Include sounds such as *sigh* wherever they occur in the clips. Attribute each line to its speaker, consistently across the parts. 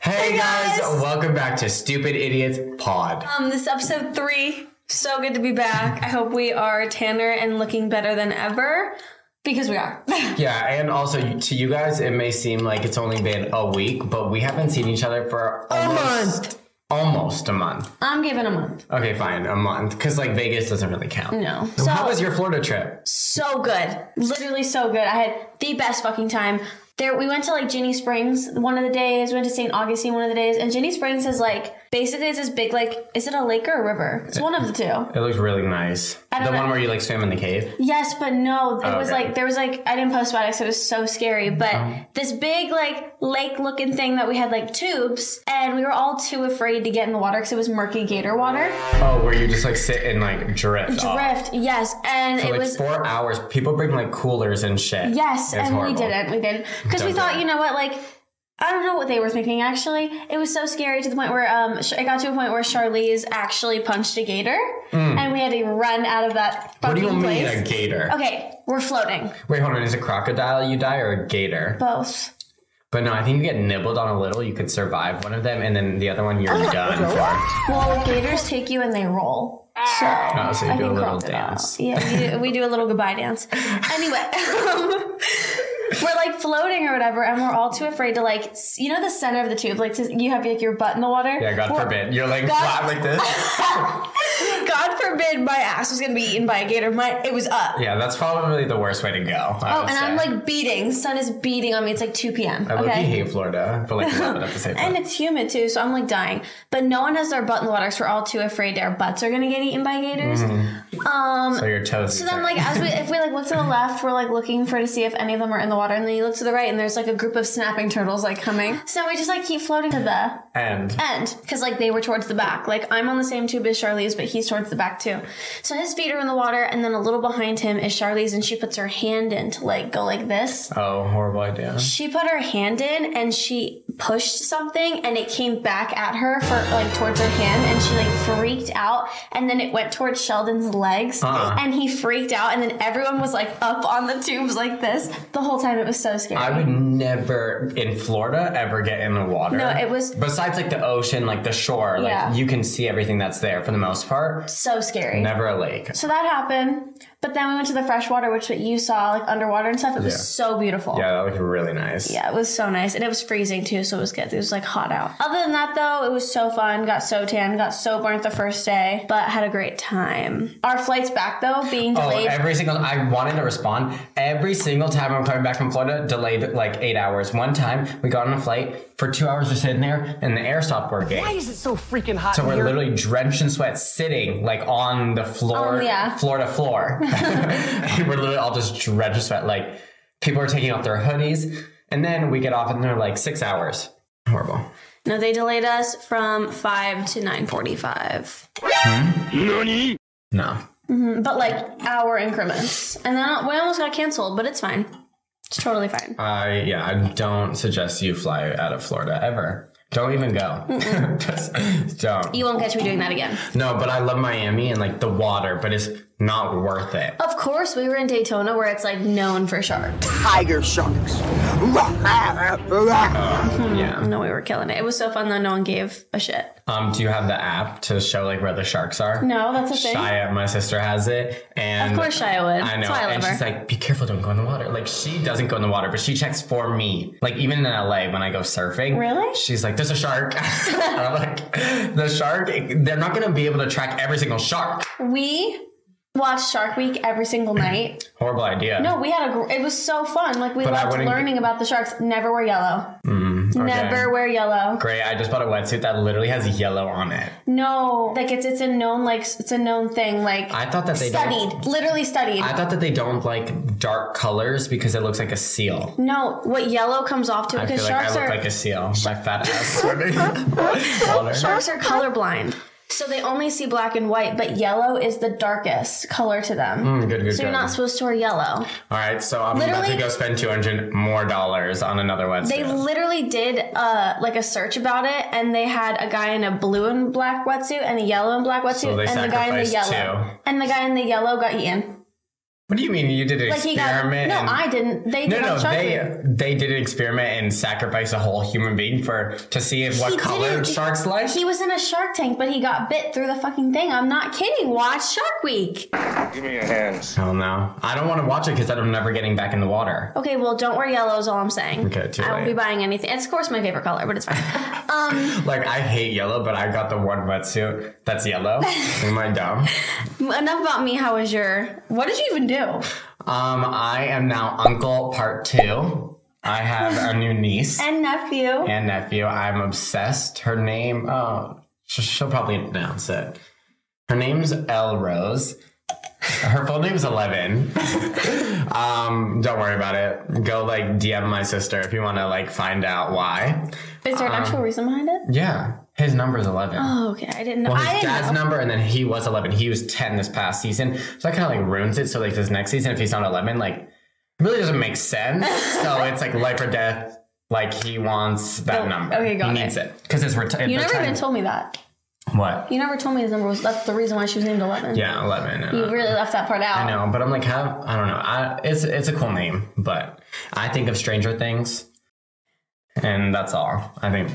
Speaker 1: Hey guys,
Speaker 2: guys.
Speaker 1: welcome back to Stupid Idiots Pod.
Speaker 2: Um, this is episode three. So good to be back. I hope we are tanner and looking better than ever because we are. *laughs*
Speaker 1: Yeah, and also to you guys, it may seem like it's only been a week, but we haven't seen each other for almost almost a month.
Speaker 2: I'm giving a month.
Speaker 1: Okay, fine, a month, because like Vegas doesn't really count.
Speaker 2: No.
Speaker 1: So,
Speaker 2: So-
Speaker 1: how was your Florida trip?
Speaker 2: So good. Literally so good. I had the best fucking time. There we went to like Ginny Springs one of the days, went to St. Augustine one of the days, and Ginny Springs is like basically it's this big like is it a lake or a river? It's one of the two.
Speaker 1: It looked really nice. The
Speaker 2: don't know.
Speaker 1: one where you like swim in the cave.
Speaker 2: Yes, but no, it was
Speaker 1: Oh, okay.
Speaker 2: like there was like I didn't post about it, so it was so scary. But this big like lake looking thing that we had like tubes, and we were all too afraid to get in the water because it was murky gator water.
Speaker 1: Oh, where you just like sit and like drift. off.
Speaker 2: Drift, yes, and it
Speaker 1: Oh. Like
Speaker 2: was
Speaker 1: four hours. People bring like coolers and shit.
Speaker 2: Yes,
Speaker 1: It's
Speaker 2: and
Speaker 1: horrible.
Speaker 2: we didn't. We didn't because we
Speaker 1: Don't do
Speaker 2: thought,
Speaker 1: it.
Speaker 2: you know what, like. I don't know what they were thinking. Actually, it was so scary to the point where um, Sh- it got to a point where Charlize actually punched a gator, and we had to run out of that
Speaker 1: Mm. What do
Speaker 2: fucking
Speaker 1: you mean
Speaker 2: place.
Speaker 1: a gator?
Speaker 2: Okay, we're floating.
Speaker 1: Wait, hold on. Is a crocodile you die or a gator?
Speaker 2: Both.
Speaker 1: But no, I think you get nibbled on a little. You could survive one of them, and then the other one you're done for. *laughs*
Speaker 2: Well, gators take you and they roll. So,
Speaker 1: Oh, so you
Speaker 2: I
Speaker 1: do a
Speaker 2: think
Speaker 1: little
Speaker 2: crocodile.
Speaker 1: dance.
Speaker 2: Yeah, we do, we do a little goodbye dance. Anyway, *laughs* um, we're like floating or whatever, and we're all too afraid to like, s- you know, the center of the tube. Like, to, you have like your butt in the water.
Speaker 1: Yeah, God
Speaker 2: Well,
Speaker 1: forbid. You're like
Speaker 2: God-
Speaker 1: flat like
Speaker 2: *laughs*
Speaker 1: this.
Speaker 2: God forbid my ass was gonna be eaten by a gator. My it was up.
Speaker 1: Yeah, that's probably the worst way to go. I
Speaker 2: Oh,
Speaker 1: would
Speaker 2: and I'm
Speaker 1: say.
Speaker 2: like beating. Sun is beating on me. It's like 2 p.m.
Speaker 1: I look
Speaker 2: okay.
Speaker 1: hate Florida for like loving
Speaker 2: *laughs*
Speaker 1: it at the same time.
Speaker 2: And it's humid too, so I'm like dying. But no one has their butt in the water because we're all too afraid our butts are gonna get eaten by gators.
Speaker 1: So your toes.
Speaker 2: So then, like, as we if we like look to the left, we're like looking for to see if any of them are in the water, and then you look to the right, and there's like a group of snapping turtles like coming. So we just like keep floating to the
Speaker 1: and
Speaker 2: end because like they were towards the back. Like I'm on the same tube as Charlize, but he's towards the back too. So his feet are in the water, and then a little behind him is Charlize, and she puts her hand in to like go like this.
Speaker 1: oh, horrible idea.
Speaker 2: She put her hand in and she pushed something and it came back at her for like towards her hand and she like freaked out and then it went towards Sheldon's legs
Speaker 1: Uh-uh.
Speaker 2: and he freaked out and then everyone was like up on the tubes like this the whole time. It was so scary.
Speaker 1: I would never in Florida ever get in the water.
Speaker 2: No, it was-
Speaker 1: besides like the ocean, like the shore. Like
Speaker 2: Yeah.
Speaker 1: you can see everything that's there for the most part.
Speaker 2: so scary.
Speaker 1: Never a lake.
Speaker 2: So that happened, but then we went to the freshwater, which what you saw like underwater and stuff. It
Speaker 1: Yeah.
Speaker 2: was so beautiful.
Speaker 1: Yeah, that looked really nice.
Speaker 2: Yeah, it was so nice. And it was freezing too, so it was good. It was like hot out. Other than that, though, it was so fun. Got so tan, got so burnt the first day, but had a great time. Our flights back, though, being
Speaker 1: Oh,
Speaker 2: delayed.
Speaker 1: every single I wanted to respond. Every single time I'm coming back from Florida, delayed like eight hours. One time we got on a flight for two hours, we're sitting there, and the air stopped working.
Speaker 3: Why is it so freaking hot
Speaker 1: So
Speaker 3: in
Speaker 1: we're
Speaker 3: here?
Speaker 1: literally drenched in sweat, sitting like on the floor,
Speaker 2: Oh, yeah.
Speaker 1: floor to floor. *laughs* And we're literally all just drenched in sweat. Like people are taking off their hoodies, and then we get off, and they're like six hours. Horrible.
Speaker 2: no, they delayed us from 5 to 9.45.
Speaker 1: No.
Speaker 2: But like hour increments. And then we almost got canceled, but it's fine. It's totally fine.
Speaker 1: I yeah, I don't suggest you fly out of Florida ever. Don't even go. *laughs* just don't.
Speaker 2: You won't catch me doing that again.
Speaker 1: No, but I love Miami and like the water, but it's not worth it.
Speaker 2: Of course, we were in Daytona where it's like known for sharks.
Speaker 3: tiger sharks. *laughs*
Speaker 1: Yeah.
Speaker 2: No, we were killing it. It was so fun though, no one gave a shit.
Speaker 1: Um, do you have the app to show like where the sharks are?
Speaker 2: No, that's a thing.
Speaker 1: Shia, my sister has it, and
Speaker 2: Of course, Shia would.
Speaker 1: I know,
Speaker 2: That's why I
Speaker 1: and
Speaker 2: love her.
Speaker 1: she's like, "Be careful, don't go in the water." Like she doesn't go in the water, but she checks for me. Like even in LA, when I go surfing,
Speaker 2: Really?
Speaker 1: She's like, "There's a shark." *laughs* I'm like, "The shark? They're not gonna be able to track every single shark."
Speaker 2: We watched Shark Week every single night.
Speaker 1: Horrible idea.
Speaker 2: No, we had a. gr- It was so fun. Like we
Speaker 1: But I
Speaker 2: loved
Speaker 1: wouldn't- Mm,
Speaker 2: learning about the sharks. Never wear yellow.
Speaker 1: okay.
Speaker 2: Never wear yellow.
Speaker 1: Great. I just bought a wetsuit that literally has yellow on it.
Speaker 2: No, like it's it's a known like it's a known thing. Like
Speaker 1: I thought that they don't-
Speaker 2: studied, literally studied.
Speaker 1: I thought that they don't like dark colors because it looks like a seal.
Speaker 2: no, what yellow comes off to
Speaker 1: I feel
Speaker 2: because
Speaker 1: like I
Speaker 2: sharks
Speaker 1: look
Speaker 2: are
Speaker 1: like a seal. My fat
Speaker 2: *laughs*
Speaker 1: ass swimming. Water.
Speaker 2: sharks are colorblind. So they only see black and white, but yellow is the darkest color to them.
Speaker 1: Mm, Good, good,
Speaker 2: so
Speaker 1: good.
Speaker 2: you're not supposed to wear yellow.
Speaker 1: All right, so I'm about to
Speaker 2: Literally-
Speaker 1: go spend two hundred more dollars on another wetsuit.
Speaker 2: They literally did uh, like a search about it, and they had a guy in a blue and black wetsuit and a yellow and black wetsuit,
Speaker 1: they
Speaker 2: and the guy in the
Speaker 1: sacrificed
Speaker 2: yellow,
Speaker 1: two.
Speaker 2: and the guy in the yellow got eaten.
Speaker 1: What do you mean you did an
Speaker 2: Like he got
Speaker 1: experiment?
Speaker 2: no,
Speaker 1: and-
Speaker 2: I didn't. They
Speaker 1: No,
Speaker 2: did
Speaker 1: no,
Speaker 2: on Shark Week.
Speaker 1: they they did an experiment and sacrificed a whole human being for to see if what
Speaker 2: He
Speaker 1: color
Speaker 2: didn't-
Speaker 1: sharks like.
Speaker 2: He was in a Shark Tank, but he got bit through the fucking thing. I'm not kidding. Watch Shark Week.
Speaker 4: Give me your hands.
Speaker 1: oh no, I don't want to watch it because then I'm never getting back in the water.
Speaker 2: Okay, well, don't wear yellow is all I'm saying.
Speaker 1: Okay, too
Speaker 2: I won't
Speaker 1: late.
Speaker 2: be buying anything. It's of course my favorite color, but it's fine. *laughs* um,
Speaker 1: Like I hate yellow, but I got the one wetsuit that's
Speaker 2: *laughs*
Speaker 1: yellow. Am I dumb?
Speaker 2: enough about me. How was your? What did you
Speaker 1: *laughs*
Speaker 2: even do?
Speaker 1: Um, I am now Uncle Part Two. I have a new niece
Speaker 2: And nephew.
Speaker 1: and nephew. I'm obsessed. Her name, oh, sh- she'll probably pronounce it. Her name's El Rose. Her full name's Eleven. um, don't worry about it. Go like DM my sister if you want to like find out why.
Speaker 2: Is there an actual reason behind it?
Speaker 1: um, Yeah, his number's Eleven.
Speaker 2: Oh, okay, I didn't know.
Speaker 1: Well,
Speaker 2: I
Speaker 1: his
Speaker 2: didn't
Speaker 1: dad's
Speaker 2: know.
Speaker 1: number, and then he was 11. He was 10 this past season. So that kind of like ruins it. So, like, this next season, if he's not 11, like, it really doesn't make sense.
Speaker 2: *laughs*
Speaker 1: so it's like life or death. Like, he wants that
Speaker 2: Oh,
Speaker 1: number.
Speaker 2: okay, got
Speaker 1: He
Speaker 2: it.
Speaker 1: needs it. Because it's retired.
Speaker 2: you never even told me that.
Speaker 1: What?
Speaker 2: You never told me his number was. That's the reason why she was named Eleven.
Speaker 1: Yeah, 11. and,
Speaker 2: You
Speaker 1: uh,
Speaker 2: really left that part out.
Speaker 1: I know, but I'm like, how? I don't know. I, it's, it's a cool name, but I think of Stranger Things. And that's all. I think.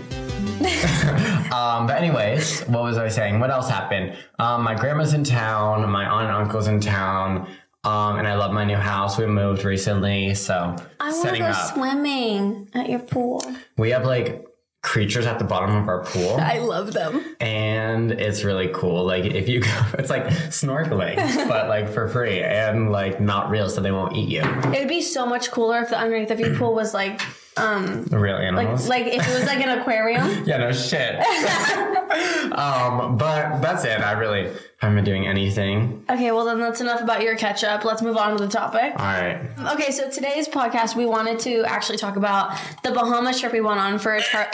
Speaker 2: *laughs*
Speaker 1: Um, but anyways, what was I saying? What else happened? Um, my grandma's in town. My aunt and uncle's in town. Um, and I love my new house. We moved recently, so
Speaker 2: I want to
Speaker 1: setting
Speaker 2: go
Speaker 1: up.
Speaker 2: swimming at your pool.
Speaker 1: we have like creatures at the bottom of our pool,
Speaker 2: I love them.
Speaker 1: and it's really cool. Like if you go, *laughs* it's like
Speaker 2: *laughs*
Speaker 1: snorkeling, but like for free and like not real, so they won't eat you.
Speaker 2: It would be so much cooler if the underneath of your pool was like, um,
Speaker 1: The real
Speaker 2: like,
Speaker 1: animals.
Speaker 2: like if it was like an
Speaker 1: *laughs*
Speaker 2: aquarium.
Speaker 1: yeah, no
Speaker 2: *laughs*
Speaker 1: shit. um, but that's it. I really haven't been doing anything.
Speaker 2: Okay, well then that's enough about your catch up. Let's move on to the topic.
Speaker 1: All right.
Speaker 2: Okay, so today's podcast we wanted to actually talk about the Bahamas trip we went on for a char-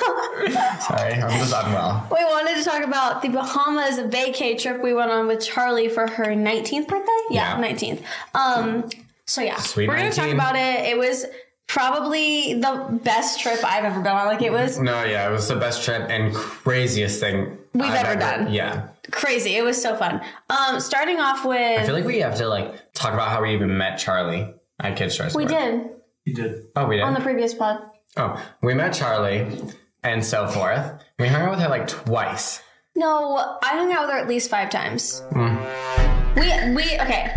Speaker 1: Sorry, I'm just unwell.
Speaker 2: We wanted to talk about the Bahamas vacay trip we went on with Charlie for her 19th birthday. Yeah,
Speaker 1: Yeah.
Speaker 2: 19th. Um, so yeah,
Speaker 1: Sweet
Speaker 2: we're gonna talk
Speaker 1: 19.
Speaker 2: about it. It was probably the best trip I've ever been on. Like it was
Speaker 1: No, yeah, it was the best trip and craziest thing
Speaker 2: We've ever done.
Speaker 1: Yeah,
Speaker 2: crazy. It was so fun. Um, starting off
Speaker 1: I feel
Speaker 2: with
Speaker 1: like we have to like talk about how we even met Charlie at Kids Choice.
Speaker 2: we
Speaker 1: Awards.
Speaker 2: did
Speaker 1: Oh, we did.
Speaker 2: on the previous pod.
Speaker 1: oh, we met Charlie, and so forth. We hung out with her like twice.
Speaker 2: No, I hung out with her at least five times.
Speaker 1: Hmm.
Speaker 2: We we okay. *sighs*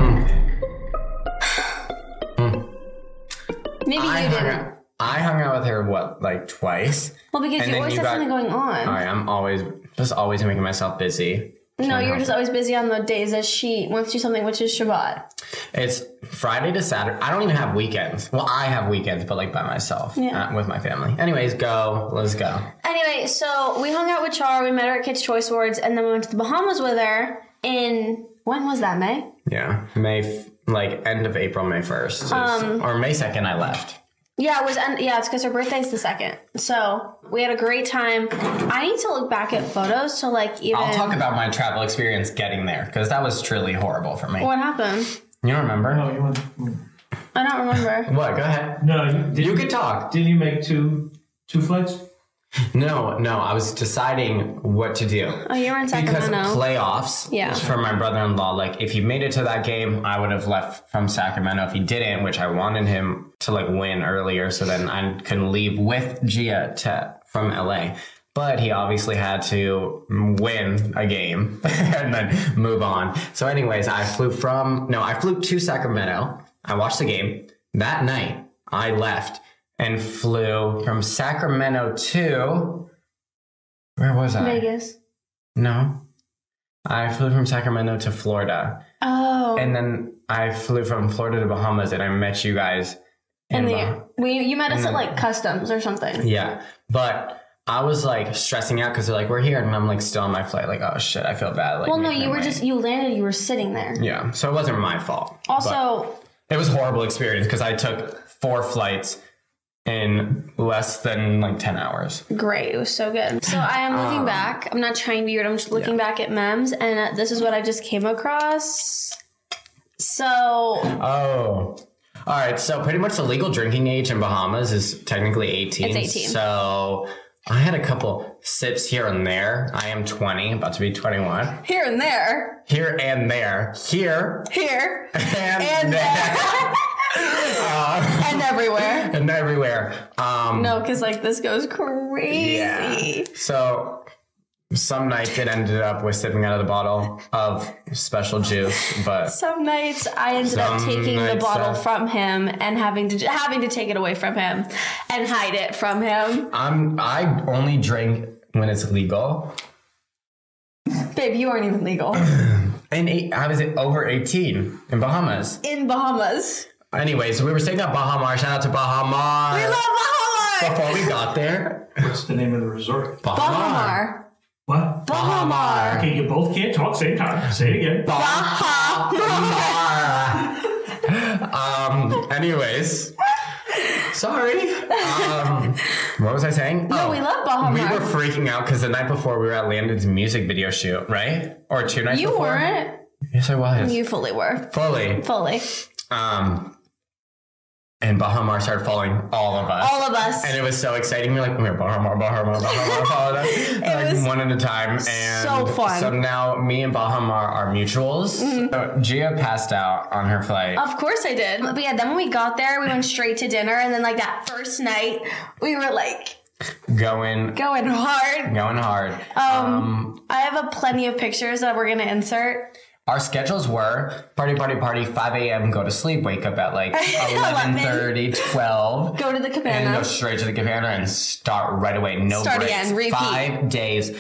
Speaker 2: Maybe
Speaker 1: Hmm. I
Speaker 2: you
Speaker 1: hung
Speaker 2: didn't.
Speaker 1: out. I hung out with her what like twice.
Speaker 2: Well, because
Speaker 1: and
Speaker 2: you
Speaker 1: then
Speaker 2: always
Speaker 1: you
Speaker 2: have
Speaker 1: got-
Speaker 2: something going on.
Speaker 1: All right, I'm always just always making myself busy.
Speaker 2: No, you were just always busy on the days that she wants to do something, which is Shabbat.
Speaker 1: It's Friday to Saturday. I don't even have weekends. Well, I have weekends, but like by myself,
Speaker 2: Yeah.
Speaker 1: uh, with my family. Anyways, go. Let's go.
Speaker 2: Anyway, so we hung out with Char, we met her at Kids Choice Awards, and then we went to the Bahamas with her in when was that, May?
Speaker 1: Yeah, May f- like end of April, May first,
Speaker 2: Um,
Speaker 1: or May second. I left.
Speaker 2: Yeah, it was and yeah, it's because her birthday's the second. So we had a great time. I need to look back at photos to like even
Speaker 1: I'll talk about my travel experience getting there because that was truly horrible for me.
Speaker 2: what happened.
Speaker 1: You don't remember?
Speaker 5: No, you went.
Speaker 2: I don't remember.
Speaker 1: What? Go ahead.
Speaker 5: No, you, did,
Speaker 1: You could talk.
Speaker 5: Didn't you make two two flights?
Speaker 1: No, no. I was deciding what to do
Speaker 2: Oh, you were in
Speaker 1: because
Speaker 2: Sacramento.
Speaker 1: playoffs.
Speaker 2: Yeah.
Speaker 1: For my brother-in-law, like if he made it to that game, I would have left from Sacramento. If he didn't, which I wanted him to like win earlier, so then I could leave with Gia to from LA. But he obviously had to win a game *laughs* and then move on. So, anyways, I flew from no, I flew to Sacramento. I watched the game that night. I left and flew from Sacramento to where was I?
Speaker 2: Vegas.
Speaker 1: No. I flew from Sacramento to Florida.
Speaker 2: Oh.
Speaker 1: And then I flew from Florida to Bahamas and I met you guys in
Speaker 2: and
Speaker 1: Bah-
Speaker 2: the, we you met us at like customs or something.
Speaker 1: Mm. Yeah. But I was like stressing out because they're like, we're here. And I'm like still on my flight. Like, oh shit, I feel bad. Like,
Speaker 2: Well, no,
Speaker 1: making
Speaker 2: you
Speaker 1: them
Speaker 2: were
Speaker 1: wait.
Speaker 2: just you landed. You were sitting there.
Speaker 1: Yeah. So it wasn't my fault.
Speaker 2: Also,
Speaker 1: It was a horrible experience because I took four flights in less than like 10 hours.
Speaker 2: great. It was so good. So I am
Speaker 1: Oh.
Speaker 2: looking back. I'm not trying to be weird. I'm just looking back at memes, and uh, this is what I just came across. So
Speaker 1: Oh. All right, so pretty much the legal drinking age in Bahamas is technically 18.
Speaker 2: It's 18.
Speaker 1: So I had a couple sips here and there. I am 20, about to be 21.
Speaker 2: Here and there.
Speaker 1: Here and there. Here
Speaker 2: Here.
Speaker 1: and,
Speaker 2: And
Speaker 1: there. *laughs*
Speaker 2: there. and everywhere.
Speaker 1: And everywhere. Um,
Speaker 2: No, because like this goes crazy.
Speaker 1: Yeah. So some nights it ended up with sipping out of the bottle of special juice, but
Speaker 2: Some nights I ended up
Speaker 1: Some
Speaker 2: taking the
Speaker 1: nights,
Speaker 2: bottle
Speaker 1: uh,
Speaker 2: from him and having to having to take it away from him and hide it from him.
Speaker 1: I'm I only drink when it's legal.
Speaker 2: Babe, you aren't even
Speaker 1: *clears throat*
Speaker 2: legal
Speaker 1: And eight, I was over 18 in Bahamas.
Speaker 2: in Bahamas.
Speaker 1: Anyways, we were staying at Bahamar. Shout out to Bahamar.
Speaker 2: I love
Speaker 1: Before we got there,
Speaker 5: What's the name of the resort?
Speaker 1: Bahamar.
Speaker 2: Bahamar.
Speaker 5: What?
Speaker 2: Bahamar.
Speaker 5: Okay, you both can't talk same time. Say it again.
Speaker 1: Bahamar. *laughs* um. Anyways, sorry. Um, what was I saying? Oh,
Speaker 2: No, we love Bahamar.
Speaker 1: We were freaking out because the night before we were at Landon's music video shoot, right? Or two nights
Speaker 2: you
Speaker 1: before.
Speaker 2: weren't.
Speaker 1: Yes, I was.
Speaker 2: You fully were.
Speaker 1: Fully.
Speaker 2: Fully.
Speaker 1: Um, and Bahamar started following all of us.
Speaker 2: All of us.
Speaker 1: and it was so exciting. We We're like, we're Bahamar, Bahamar, Bahamar, followed
Speaker 2: *laughs*
Speaker 1: us. like
Speaker 2: was
Speaker 1: one at a time. And
Speaker 2: so fun. Mm-hmm.
Speaker 1: So now me and Bahamar are mutuals. So Gia passed out on her flight.
Speaker 2: Of course I did. But yeah, then when we got there, we went straight to dinner. And then, like, that first night, we were like
Speaker 1: going
Speaker 2: going hard.
Speaker 1: going hard.
Speaker 2: Um,
Speaker 1: Um,
Speaker 2: I have a plenty of pictures that we're going to insert.
Speaker 1: Our schedules were party, party, party, 5 a.m., go to sleep, wake up at
Speaker 2: *laughs*
Speaker 1: like
Speaker 2: 11.
Speaker 1: 11.30, 12.
Speaker 2: Go to
Speaker 1: and
Speaker 2: the
Speaker 1: then go
Speaker 2: cabana.
Speaker 1: straight to the cabana and start right away. No
Speaker 2: Start
Speaker 1: breaks.
Speaker 2: again, repeat.
Speaker 1: Five days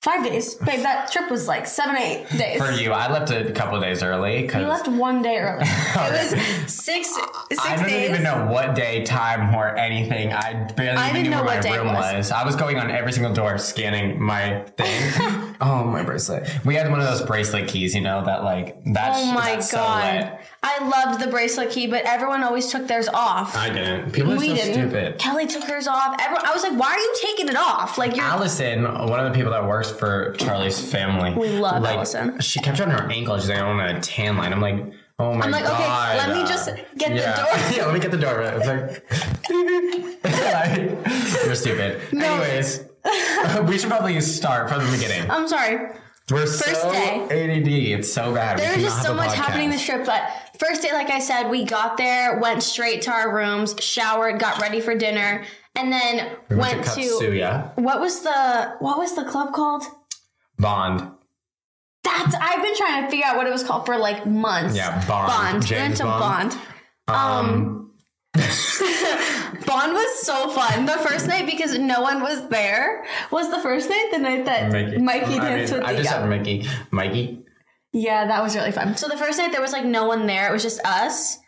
Speaker 2: Five days. Babe, that trip was like seven, eight days.
Speaker 1: for you. I left a couple days early
Speaker 2: We
Speaker 1: because
Speaker 2: left one
Speaker 1: *laughs*
Speaker 2: day early. it was six, six
Speaker 1: I didn't
Speaker 2: days.
Speaker 1: even know what day, time, or anything. I barely
Speaker 2: I
Speaker 1: even
Speaker 2: didn't
Speaker 1: knew
Speaker 2: know
Speaker 1: where
Speaker 2: what
Speaker 1: my
Speaker 2: day it
Speaker 1: room
Speaker 2: was.
Speaker 1: was. I was going on every single door, scanning my thing.
Speaker 2: *laughs*
Speaker 1: *laughs* oh, my bracelet. We had one of those bracelet keys, you know, that like that's
Speaker 2: Oh my
Speaker 1: that's so
Speaker 2: god.
Speaker 1: lit.
Speaker 2: I loved the bracelet key, but everyone always took theirs off.
Speaker 1: I didn't. People are
Speaker 2: we
Speaker 1: so
Speaker 2: didn't.
Speaker 1: stupid.
Speaker 2: Kelly took hers off. Everyone, I was like, why are you taking it off? Like you're
Speaker 1: Allison, one of the people that works for Charlie's family.
Speaker 2: We love
Speaker 1: like,
Speaker 2: Allison.
Speaker 1: She kept on her ankle. She's like, I want a tan line. I'm like, oh my god.
Speaker 2: I'm like, okay, let me just get
Speaker 1: yeah.
Speaker 2: the
Speaker 1: *laughs*
Speaker 2: door.
Speaker 1: yeah, let me get the door. It's *laughs* like, you're stupid. Anyways, *laughs* we should probably start from the beginning.
Speaker 2: I'm sorry.
Speaker 1: We're so
Speaker 2: Um, first day.
Speaker 1: ADD. It's so bad. We
Speaker 2: There was
Speaker 1: cannot
Speaker 2: just
Speaker 1: have
Speaker 2: so
Speaker 1: a
Speaker 2: much
Speaker 1: podcast.
Speaker 2: happening this trip, but first day, like I said, we got there, went straight to our rooms, showered, got ready for dinner, and then
Speaker 1: We went,
Speaker 2: went
Speaker 1: to
Speaker 2: to
Speaker 1: Katsuya
Speaker 2: what was the what was the club called?
Speaker 1: Bond.
Speaker 2: That's I've been trying to figure out what it was called for like months.
Speaker 1: Yeah, Bond.
Speaker 2: Bond. we went
Speaker 1: James
Speaker 2: to
Speaker 1: Bond.
Speaker 2: Bond. Um, Bond was so fun. The first night because no one was there was the first night. The night that Mikey,
Speaker 1: I
Speaker 2: danced
Speaker 1: mean,
Speaker 2: with
Speaker 1: I
Speaker 2: the
Speaker 1: just
Speaker 2: guy.
Speaker 1: said Mickey. Mikey.
Speaker 2: Yeah, that was really fun. So the first night there was like no one there. It was just us.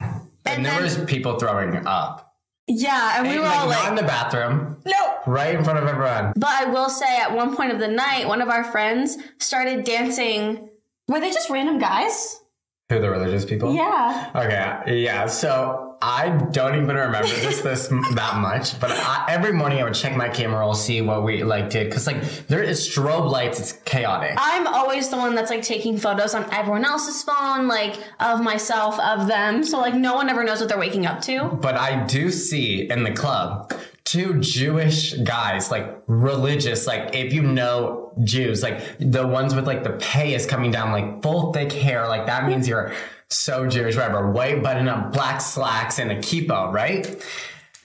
Speaker 1: And,
Speaker 2: And
Speaker 1: there
Speaker 2: then-
Speaker 1: was people throwing up.
Speaker 2: Yeah, and we were
Speaker 1: like,
Speaker 2: all
Speaker 1: not in
Speaker 2: like,
Speaker 1: the bathroom,
Speaker 2: no.
Speaker 1: right in front of everyone.
Speaker 2: But I will say, at one point of the night, one of our friends started dancing. Were they just random guys?
Speaker 1: Who the religious people?
Speaker 2: Yeah.
Speaker 1: Okay, yeah. So I don't even remember this this *laughs* that much, but I, every morning I would check my camera roll, see what we like did, because like there is strobe lights, it's chaotic.
Speaker 2: I'm always the one that's like taking photos on everyone else's phone, like of myself, of them. So like no one ever knows what they're waking up to.
Speaker 1: But I do see in the club two Jewish guys, like religious, like if you know Jews, like the ones with like the pay is coming down, like full thick hair, like that means you're so Jewish, whatever. White button up, black slacks, and a kippah, right?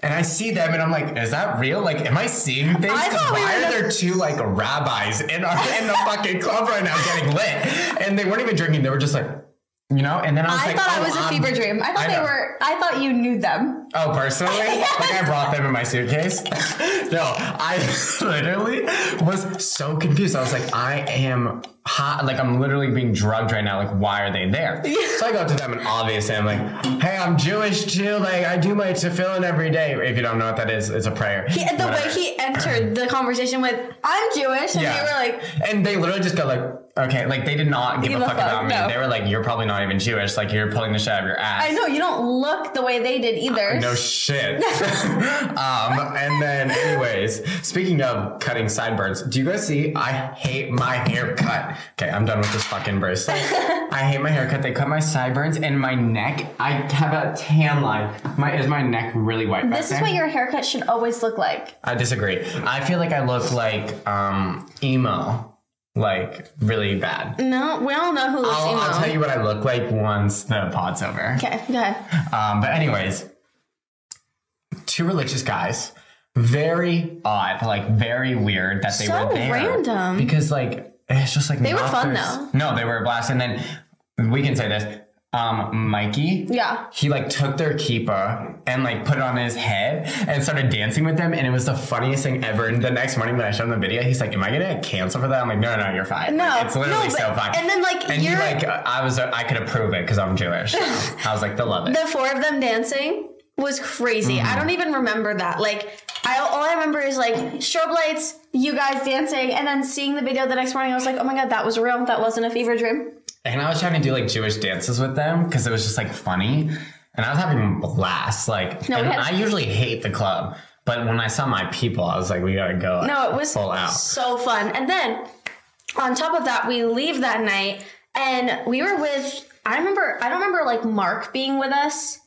Speaker 1: And I see them, and I'm like, "Is that real? Like, am I seeing things?
Speaker 2: I
Speaker 1: 'Cause
Speaker 2: thought we
Speaker 1: why
Speaker 2: were
Speaker 1: are there two like rabbis in our in the fucking club right now getting lit? And they weren't even drinking; they were just like, you know. And then I was
Speaker 2: I
Speaker 1: like,
Speaker 2: thought
Speaker 1: oh,
Speaker 2: I was a
Speaker 1: I'm-
Speaker 2: fever dream. I thought
Speaker 1: I
Speaker 2: they
Speaker 1: know.
Speaker 2: were. I thought you knew them.
Speaker 1: Oh,
Speaker 2: *laughs*
Speaker 1: personally? Like I brought them in my suitcase? no, I *laughs* literally was so confused. I was like, I am hot. Like I'm literally being drugged right now. Like, why are they there? So I go up to them and obviously I'm like, hey, I'm Jewish too. Like I do my tefillin every day. If you don't know what that is, it's a prayer.
Speaker 2: He, the way he entered the conversation with "I'm Jewish," and
Speaker 1: Yeah.
Speaker 2: they were like,
Speaker 1: and they literally just go like, Okay, like they did not give
Speaker 2: Give
Speaker 1: a fuck about me.
Speaker 2: no.
Speaker 1: They were like, "You're probably not even Jewish. Like you're pulling the shit out of your ass."
Speaker 2: I know you don't look the way they did either.
Speaker 1: No
Speaker 2: *laughs*
Speaker 1: shit. um, and then, anyways, speaking of cutting sideburns, do you guys see? I hate my haircut. Okay, I'm done with this fucking bracelet.
Speaker 2: *laughs*
Speaker 1: I hate my haircut. They cut my sideburns and my neck. I have a tan line. My is my neck really white? back
Speaker 2: this is
Speaker 1: there?
Speaker 2: what your haircut should always look like.
Speaker 1: I disagree. I feel like I look like um emo, like really bad.
Speaker 2: No, we all know who looks
Speaker 1: I'll,
Speaker 2: Mm, emo.
Speaker 1: I'll tell you what I look like once the pod's over.
Speaker 2: Okay, go ahead.
Speaker 1: Um, but anyways, two religious guys, very odd, like very weird that they
Speaker 2: So
Speaker 1: were there.
Speaker 2: random.
Speaker 1: Because like it's just like
Speaker 2: They were fun,
Speaker 1: knockers. No, they were a blast. And then we can say this. Um, Mikey.
Speaker 2: Yeah.
Speaker 1: He like took their kippah and like put it on his head and started dancing with them, and it was the funniest thing ever. And the next morning when I showed him the video, he's like, "Am I gonna get canceled for that?" I'm like, "No, no, no you're fine.
Speaker 2: No,
Speaker 1: Like, it's literally
Speaker 2: no,
Speaker 1: so
Speaker 2: but-
Speaker 1: fine."
Speaker 2: and then, like,
Speaker 1: and he,
Speaker 2: you're-
Speaker 1: like, I was, I could approve it because I'm
Speaker 2: *laughs*
Speaker 1: Jewish. I was like, "They'll love it."
Speaker 2: The four of them dancing was crazy.
Speaker 1: Mm-hmm.
Speaker 2: I don't even remember that. Like, I all I remember is like strobe lights, you guys dancing, and then seeing the video the next morning. I was like, oh my god, that was real. That wasn't a fever dream.
Speaker 1: And I was trying to do like Jewish dances with them because it was just like funny. And I was having a blast. Like,
Speaker 2: No, we
Speaker 1: and
Speaker 2: had-
Speaker 1: I usually hate the club, but when I saw my people, I was like, we gotta go.
Speaker 2: No, it was
Speaker 1: full out.
Speaker 2: so fun. And then on top of that, we leave that night and we were with I remember I don't remember like Mark being with us.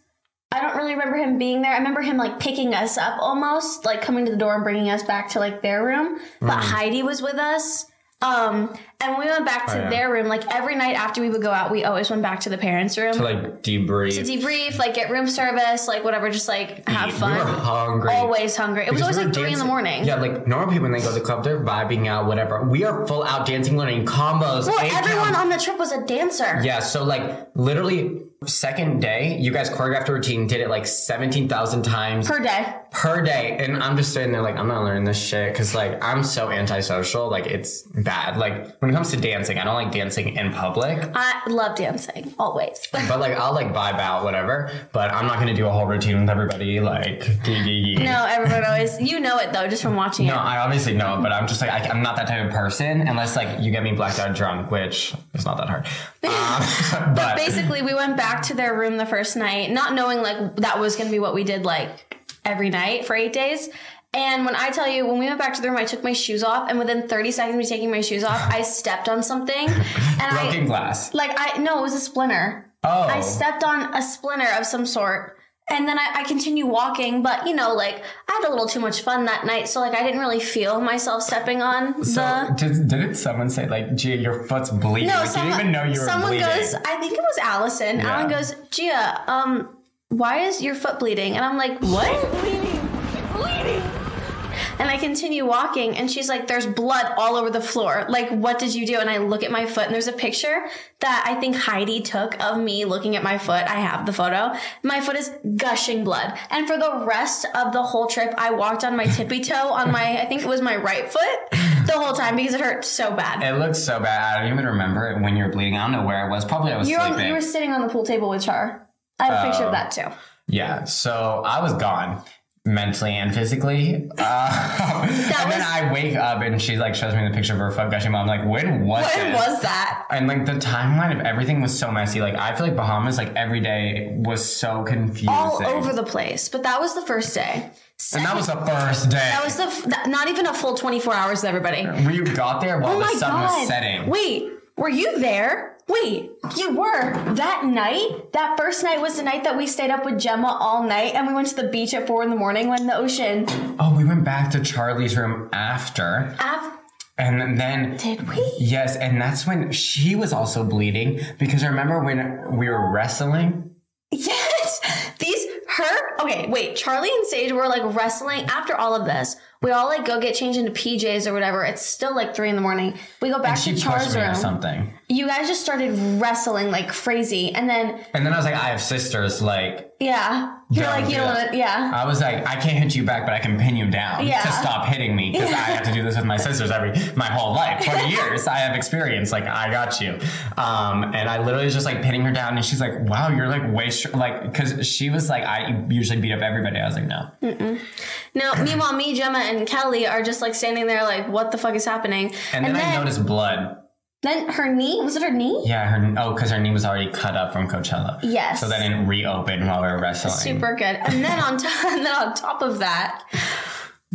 Speaker 2: I don't really remember him being there. I remember him like picking us up almost, like coming to the door and bringing us back to like their room. But
Speaker 1: Mm.
Speaker 2: Heidi was with us. Um, and we went back to
Speaker 1: Oh, yeah.
Speaker 2: their room. Like every night after we would go out, we always went back to the parents' room.
Speaker 1: To like debrief.
Speaker 2: debrief, like get room service, like whatever, just like have
Speaker 1: We
Speaker 2: fun.
Speaker 1: were hungry.
Speaker 2: Always hungry. It
Speaker 1: Because
Speaker 2: was always
Speaker 1: we were
Speaker 2: like three in the
Speaker 1: dancing-
Speaker 2: morning.
Speaker 1: Yeah, like normal people when they go to the club, they're vibing out, whatever. We are full out dancing, learning combos.
Speaker 2: Well,
Speaker 1: eight
Speaker 2: everyone
Speaker 1: count-
Speaker 2: on the trip was a dancer.
Speaker 1: Yeah, so like literally second day, you guys choreographed a routine, did it like 17,000 times.
Speaker 2: Per day.
Speaker 1: per day and i'm just sitting there like i'm not learning this shit because like i'm so antisocial like it's bad like when it comes to dancing i don't like dancing in public
Speaker 2: I love dancing, always.
Speaker 1: but like i'll like vibe out whatever but i'm not gonna do a whole routine with everybody like gee, gee, gee.
Speaker 2: no,
Speaker 1: *laughs*
Speaker 2: everyone always, you know it though, just from watching
Speaker 1: No, i obviously know but i'm just like I, i'm not that type of person unless like you get me blacked out drunk which is not that
Speaker 2: *laughs*
Speaker 1: hard um, *laughs*
Speaker 2: it.
Speaker 1: but
Speaker 2: Basically, we went back to their room the first night, not knowing like that was going to be what we did like every night for eight days. And when I tell you, when we went back to the room, I took my shoes off, and within 30 seconds of me taking my shoes off, I stepped
Speaker 1: *laughs*
Speaker 2: on something. And
Speaker 1: broken
Speaker 2: I,
Speaker 1: glass
Speaker 2: like, I, no, it was a splinter.
Speaker 1: oh
Speaker 2: I stepped on a splinter of some sort. And then I, I continue walking, but you know, like I had a little too much fun that night, so like I didn't really feel myself stepping on
Speaker 1: so
Speaker 2: the.
Speaker 1: did, didn't someone say like gee your foot's bleeding like, you didn't even know you were
Speaker 2: someone
Speaker 1: bleeding
Speaker 2: goes. I think it was Allison. Alan goes, Gia, um, why is your foot bleeding? And I'm like, what? And I continue walking, and she's like, There's blood all over the floor. Like, what did you do? And I look at my foot, and there's a picture that I think Heidi took of me looking at my foot. I have the photo. My foot is gushing blood. And for the rest of the whole trip, I walked on my tippy toe on my, I think it was my right foot the whole time because it hurt so bad.
Speaker 1: It looked so bad. I don't even remember it when you were bleeding. I don't know where it was. Probably I was
Speaker 2: You're on,
Speaker 1: sleeping. Oh.
Speaker 2: you were sitting on the pool table with Char. I have a picture of that too.
Speaker 1: yeah. So I was gone mentally and physically. Uh, *laughs* and then
Speaker 2: was-
Speaker 1: I wake up and she like shows me the picture of her foot gushing. blood. I'm like, when was
Speaker 2: When
Speaker 1: this?
Speaker 2: was that?
Speaker 1: and like the timeline of everything was so messy. Like I feel like Bahamas like every day was so confusing.
Speaker 2: All over the place. But that was the first day.
Speaker 1: and that was the first day.
Speaker 2: That was the f- that, not even a full 24 hours, everybody.
Speaker 1: we got there while
Speaker 2: Oh
Speaker 1: the
Speaker 2: my
Speaker 1: sun
Speaker 2: god!
Speaker 1: was setting.
Speaker 2: Wait, were you there? Wait, you were that night. That first night was the night that we stayed up with Gemma all night, and we went to the beach at four in the morning when the ocean.
Speaker 1: oh, we went back to Charlie's room after,
Speaker 2: Af-
Speaker 1: and then
Speaker 2: did we?
Speaker 1: Yes, and that's when she was also bleeding because remember when we were wrestling?
Speaker 2: Yes. These her. Okay, wait. Charlie and Sage were like wrestling after all of this. We all like go get changed into PJs or whatever. It's still like three in the morning. We go back
Speaker 1: She
Speaker 2: to
Speaker 1: pushed
Speaker 2: Char's
Speaker 1: me or
Speaker 2: room.
Speaker 1: something.
Speaker 2: You guys just started wrestling like crazy, and then
Speaker 1: And then I was like, I have sisters. Like,
Speaker 2: yeah, you're
Speaker 1: Don't
Speaker 2: like you
Speaker 1: do
Speaker 2: don't
Speaker 1: that.
Speaker 2: want to. Yeah.
Speaker 1: I was like, I can't hit you back, but I can pin you down
Speaker 2: Yeah.
Speaker 1: to stop hitting me because I have to do this with my sisters every my whole life.
Speaker 2: *laughs*
Speaker 1: 20 years, I have experience. Like, I got you. Um, and I literally was just like pinning her down, and she's like, wow, you're like way, str-, like, because she was like, I usually beat up everybody. I was like, no.
Speaker 2: Now, meanwhile, me, Gemma, and Kelly are just like standing there, like, what the fuck is happening?
Speaker 1: And then I noticed blood.
Speaker 2: Then her knee was it her knee?
Speaker 1: Yeah, her oh, because her knee was already cut up from Coachella.
Speaker 2: Yes.
Speaker 1: So then it reopened while we were wrestling.
Speaker 2: Super good. And then on top, *laughs* and then on top of that,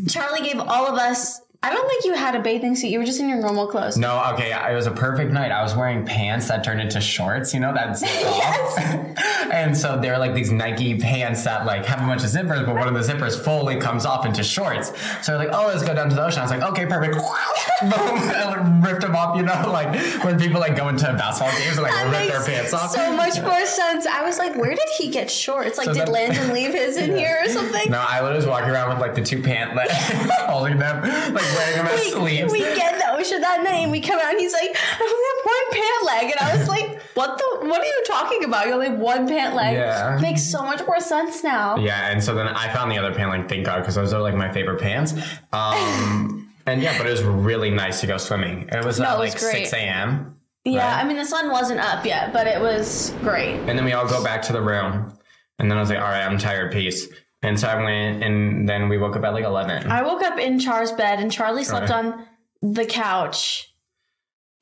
Speaker 2: Charlie gave all of us. I don't think you had a bathing suit. You were just in your normal clothes.
Speaker 1: No, okay, it was a perfect night. I was wearing pants that turned into shorts, you know,
Speaker 2: *laughs*
Speaker 1: that's yes. *laughs* and so they were like these Nike pants that like have a bunch of zippers, but one of the zippers fully comes off into shorts. So they're like, oh, let's go down to the ocean. I was like, okay, perfect. *laughs* Boom, and, like, ripped them off, you know, *laughs* like when people like go into basketball games and like
Speaker 2: That
Speaker 1: rip their
Speaker 2: makes
Speaker 1: pants off.
Speaker 2: So much more sense. I was like, where did he get shorts? Like,
Speaker 1: So
Speaker 2: did
Speaker 1: that-
Speaker 2: Landon leave
Speaker 1: *laughs*
Speaker 2: his in here or something?
Speaker 1: No, I was walking around with like *laughs* the two pant legs holding them, like wearing them as
Speaker 2: we,
Speaker 1: sleeves.
Speaker 2: we get in the ocean that night and we come out and he's like, I only have one pant leg. And I was like, what the, what are you talking about? You only have one pant leg.
Speaker 1: Yeah.
Speaker 2: Makes so much more sense now.
Speaker 1: Yeah, and so then I found the other pant, like thank God, because those are like my favorite pants.
Speaker 2: *laughs*
Speaker 1: Um, and yeah, but it was really nice to go swimming. It was
Speaker 2: No,
Speaker 1: at
Speaker 2: it was
Speaker 1: like
Speaker 2: great.
Speaker 1: six a.m.
Speaker 2: Yeah,
Speaker 1: Right.
Speaker 2: I mean, the sun wasn't up yet, but it was great.
Speaker 1: and then we all go back to the room, and then I was like, all right, I'm tired, peace. And so I went, and then we woke up at like eleven.
Speaker 2: I woke up in Char's bed and Charlie slept
Speaker 1: Right.
Speaker 2: on the couch.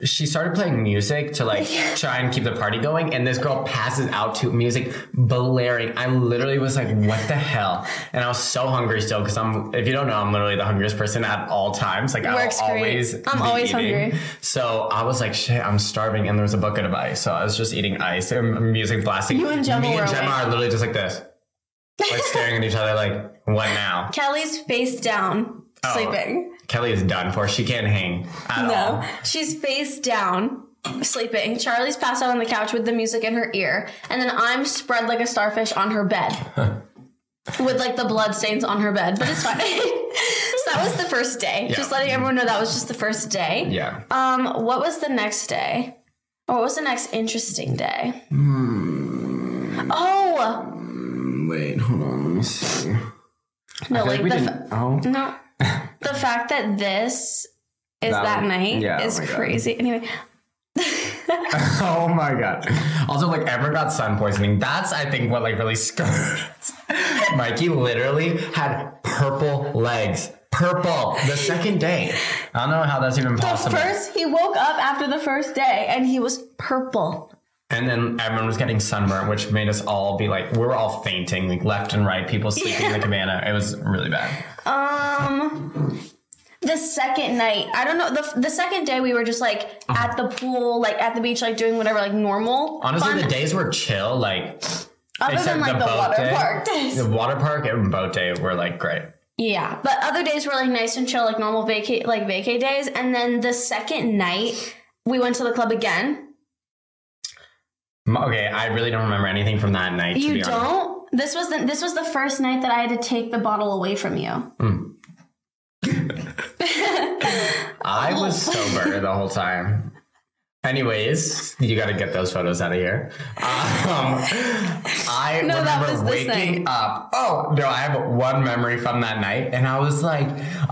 Speaker 1: she started playing music to
Speaker 2: *laughs*
Speaker 1: like try and keep the party going, and this girl passes out to music blaring. I literally was like, "What the hell?" And I was so hungry still because I'm. If you don't know, I'm literally the hungriest person at all times. Like
Speaker 2: Works
Speaker 1: I'll
Speaker 2: great.
Speaker 1: always.
Speaker 2: I'm
Speaker 1: be
Speaker 2: always
Speaker 1: eating.
Speaker 2: hungry.
Speaker 1: So I was like, "Shit, I'm starving," and there was a bucket of ice, so I was just eating ice and music blasting.
Speaker 2: You and Gemma
Speaker 1: Me
Speaker 2: were
Speaker 1: and Gemma
Speaker 2: awake.
Speaker 1: are literally just like this, like staring at each other, like, "What now?"
Speaker 2: Kelly's face down,
Speaker 1: Oh.
Speaker 2: sleeping.
Speaker 1: Kelly is done for. She can't hang Uh, at all.
Speaker 2: No, she's face down, sleeping. Charlie's passed out on the couch with the music in her ear, and then I'm spread like a starfish on her
Speaker 1: *laughs*
Speaker 2: bed with like the blood stains on her bed, but it's fine. *laughs* so that was the first day. Just letting everyone know that was just the first day.
Speaker 1: Yeah.
Speaker 2: Um, what was the next day? Or what was the next interesting day?
Speaker 1: Hmm.
Speaker 2: Oh
Speaker 1: Wait, hold on. Let me see.
Speaker 2: no!
Speaker 1: Like
Speaker 2: Like
Speaker 1: we
Speaker 2: the
Speaker 1: didn't.
Speaker 2: fa-
Speaker 1: oh.
Speaker 2: No. the fact that this is
Speaker 1: That
Speaker 2: that,
Speaker 1: one-
Speaker 2: night
Speaker 1: yeah, oh
Speaker 2: is
Speaker 1: my God.
Speaker 2: crazy. Anyway,
Speaker 1: Oh my god. Also, like Amber got sun poisoning. That's I think what like really *laughs* scared. Mikey literally had purple legs. Purple. The second day. I don't know how that's even
Speaker 2: the
Speaker 1: possible.
Speaker 2: first he woke up after the first day and he was purple.
Speaker 1: and then everyone was getting sunburn, which made us all be like, we were all fainting, like left and right, people sleeping in the cabana. It was really bad.
Speaker 2: Um the second night, I don't know. The, the second day, we were just like
Speaker 1: Uh-huh.
Speaker 2: at the pool, like at the beach, like doing whatever, like normal.
Speaker 1: Honestly,
Speaker 2: fun.
Speaker 1: the days were chill, like
Speaker 2: other than like the, water park days.
Speaker 1: The water park and boat day were like great.
Speaker 2: Yeah, but other days were like nice and chill, like normal vacay, like vacay days. And then the second night, we went to the club again.
Speaker 1: M- Okay, I really don't remember anything from that night. to
Speaker 2: You
Speaker 1: be honest.
Speaker 2: don't. This was the this was the first night that I had to take the bottle away from you.
Speaker 1: I was
Speaker 2: Oh.
Speaker 1: sober the whole time. Anyways, you got to get those photos out of here. Um, I
Speaker 2: No, that
Speaker 1: remember
Speaker 2: was this
Speaker 1: waking
Speaker 2: night.
Speaker 1: up. Oh no, I have one memory from that night, and I was like,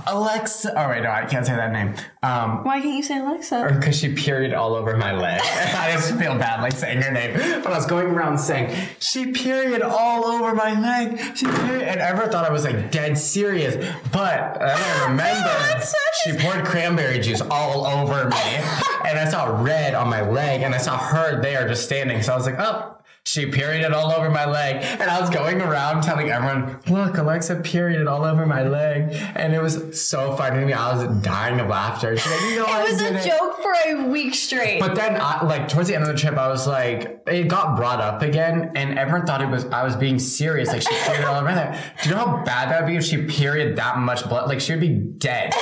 Speaker 1: Alexa. Oh wait, no, I can't say that name. Um,
Speaker 2: Why can't you say Alexa?
Speaker 1: because she period all over my leg. *laughs* I just feel bad like saying her name. But I was going around saying, she period all over my leg. She period. And everyone thought I was like dead serious. But I
Speaker 2: *laughs*
Speaker 1: don't remember.
Speaker 2: so
Speaker 1: she poured cranberry juice all over me.
Speaker 2: *laughs*
Speaker 1: and I saw red on my leg. And I saw her there just standing. So I was like, oh. She perioded all over my leg, and I was going around telling everyone, "Look, Alexa perioded all over my leg," and it was so funny to me. I was dying of laughter. She's like, "No, I
Speaker 2: It was
Speaker 1: didn't."
Speaker 2: a joke for a week straight.
Speaker 1: But then, I, like towards the end of the trip, I was like, it got brought up again, and everyone thought it was I was being serious. Like she period all over there. Do you know how bad that would be if she period that much blood? Like she would be dead. *laughs*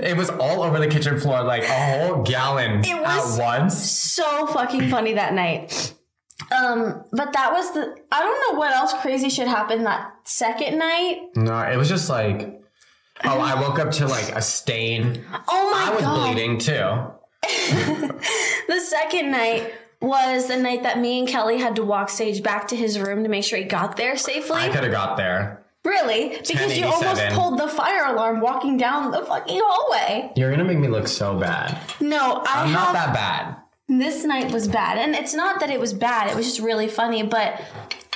Speaker 1: it was all over the kitchen floor, like a whole gallon
Speaker 2: It was-
Speaker 1: at once.
Speaker 2: so fucking funny that night. Um, but that was the I don't know what else crazy shit happened that second night.
Speaker 1: No, it was just like, oh, I woke up to like a stain.
Speaker 2: Oh my
Speaker 1: I was
Speaker 2: god.
Speaker 1: bleeding too.
Speaker 2: The second night was the night that me and Kelly had to walk Sage back to his room to make sure he got there safely.
Speaker 1: I could have got there.
Speaker 2: Really? Because you almost
Speaker 1: 1087.
Speaker 2: pulled the fire alarm walking down the fucking hallway.
Speaker 1: You're gonna make me look so bad.
Speaker 2: No, I
Speaker 1: I'm
Speaker 2: have
Speaker 1: not that bad.
Speaker 2: this night was bad. And it's not that it was bad, it was just really funny, but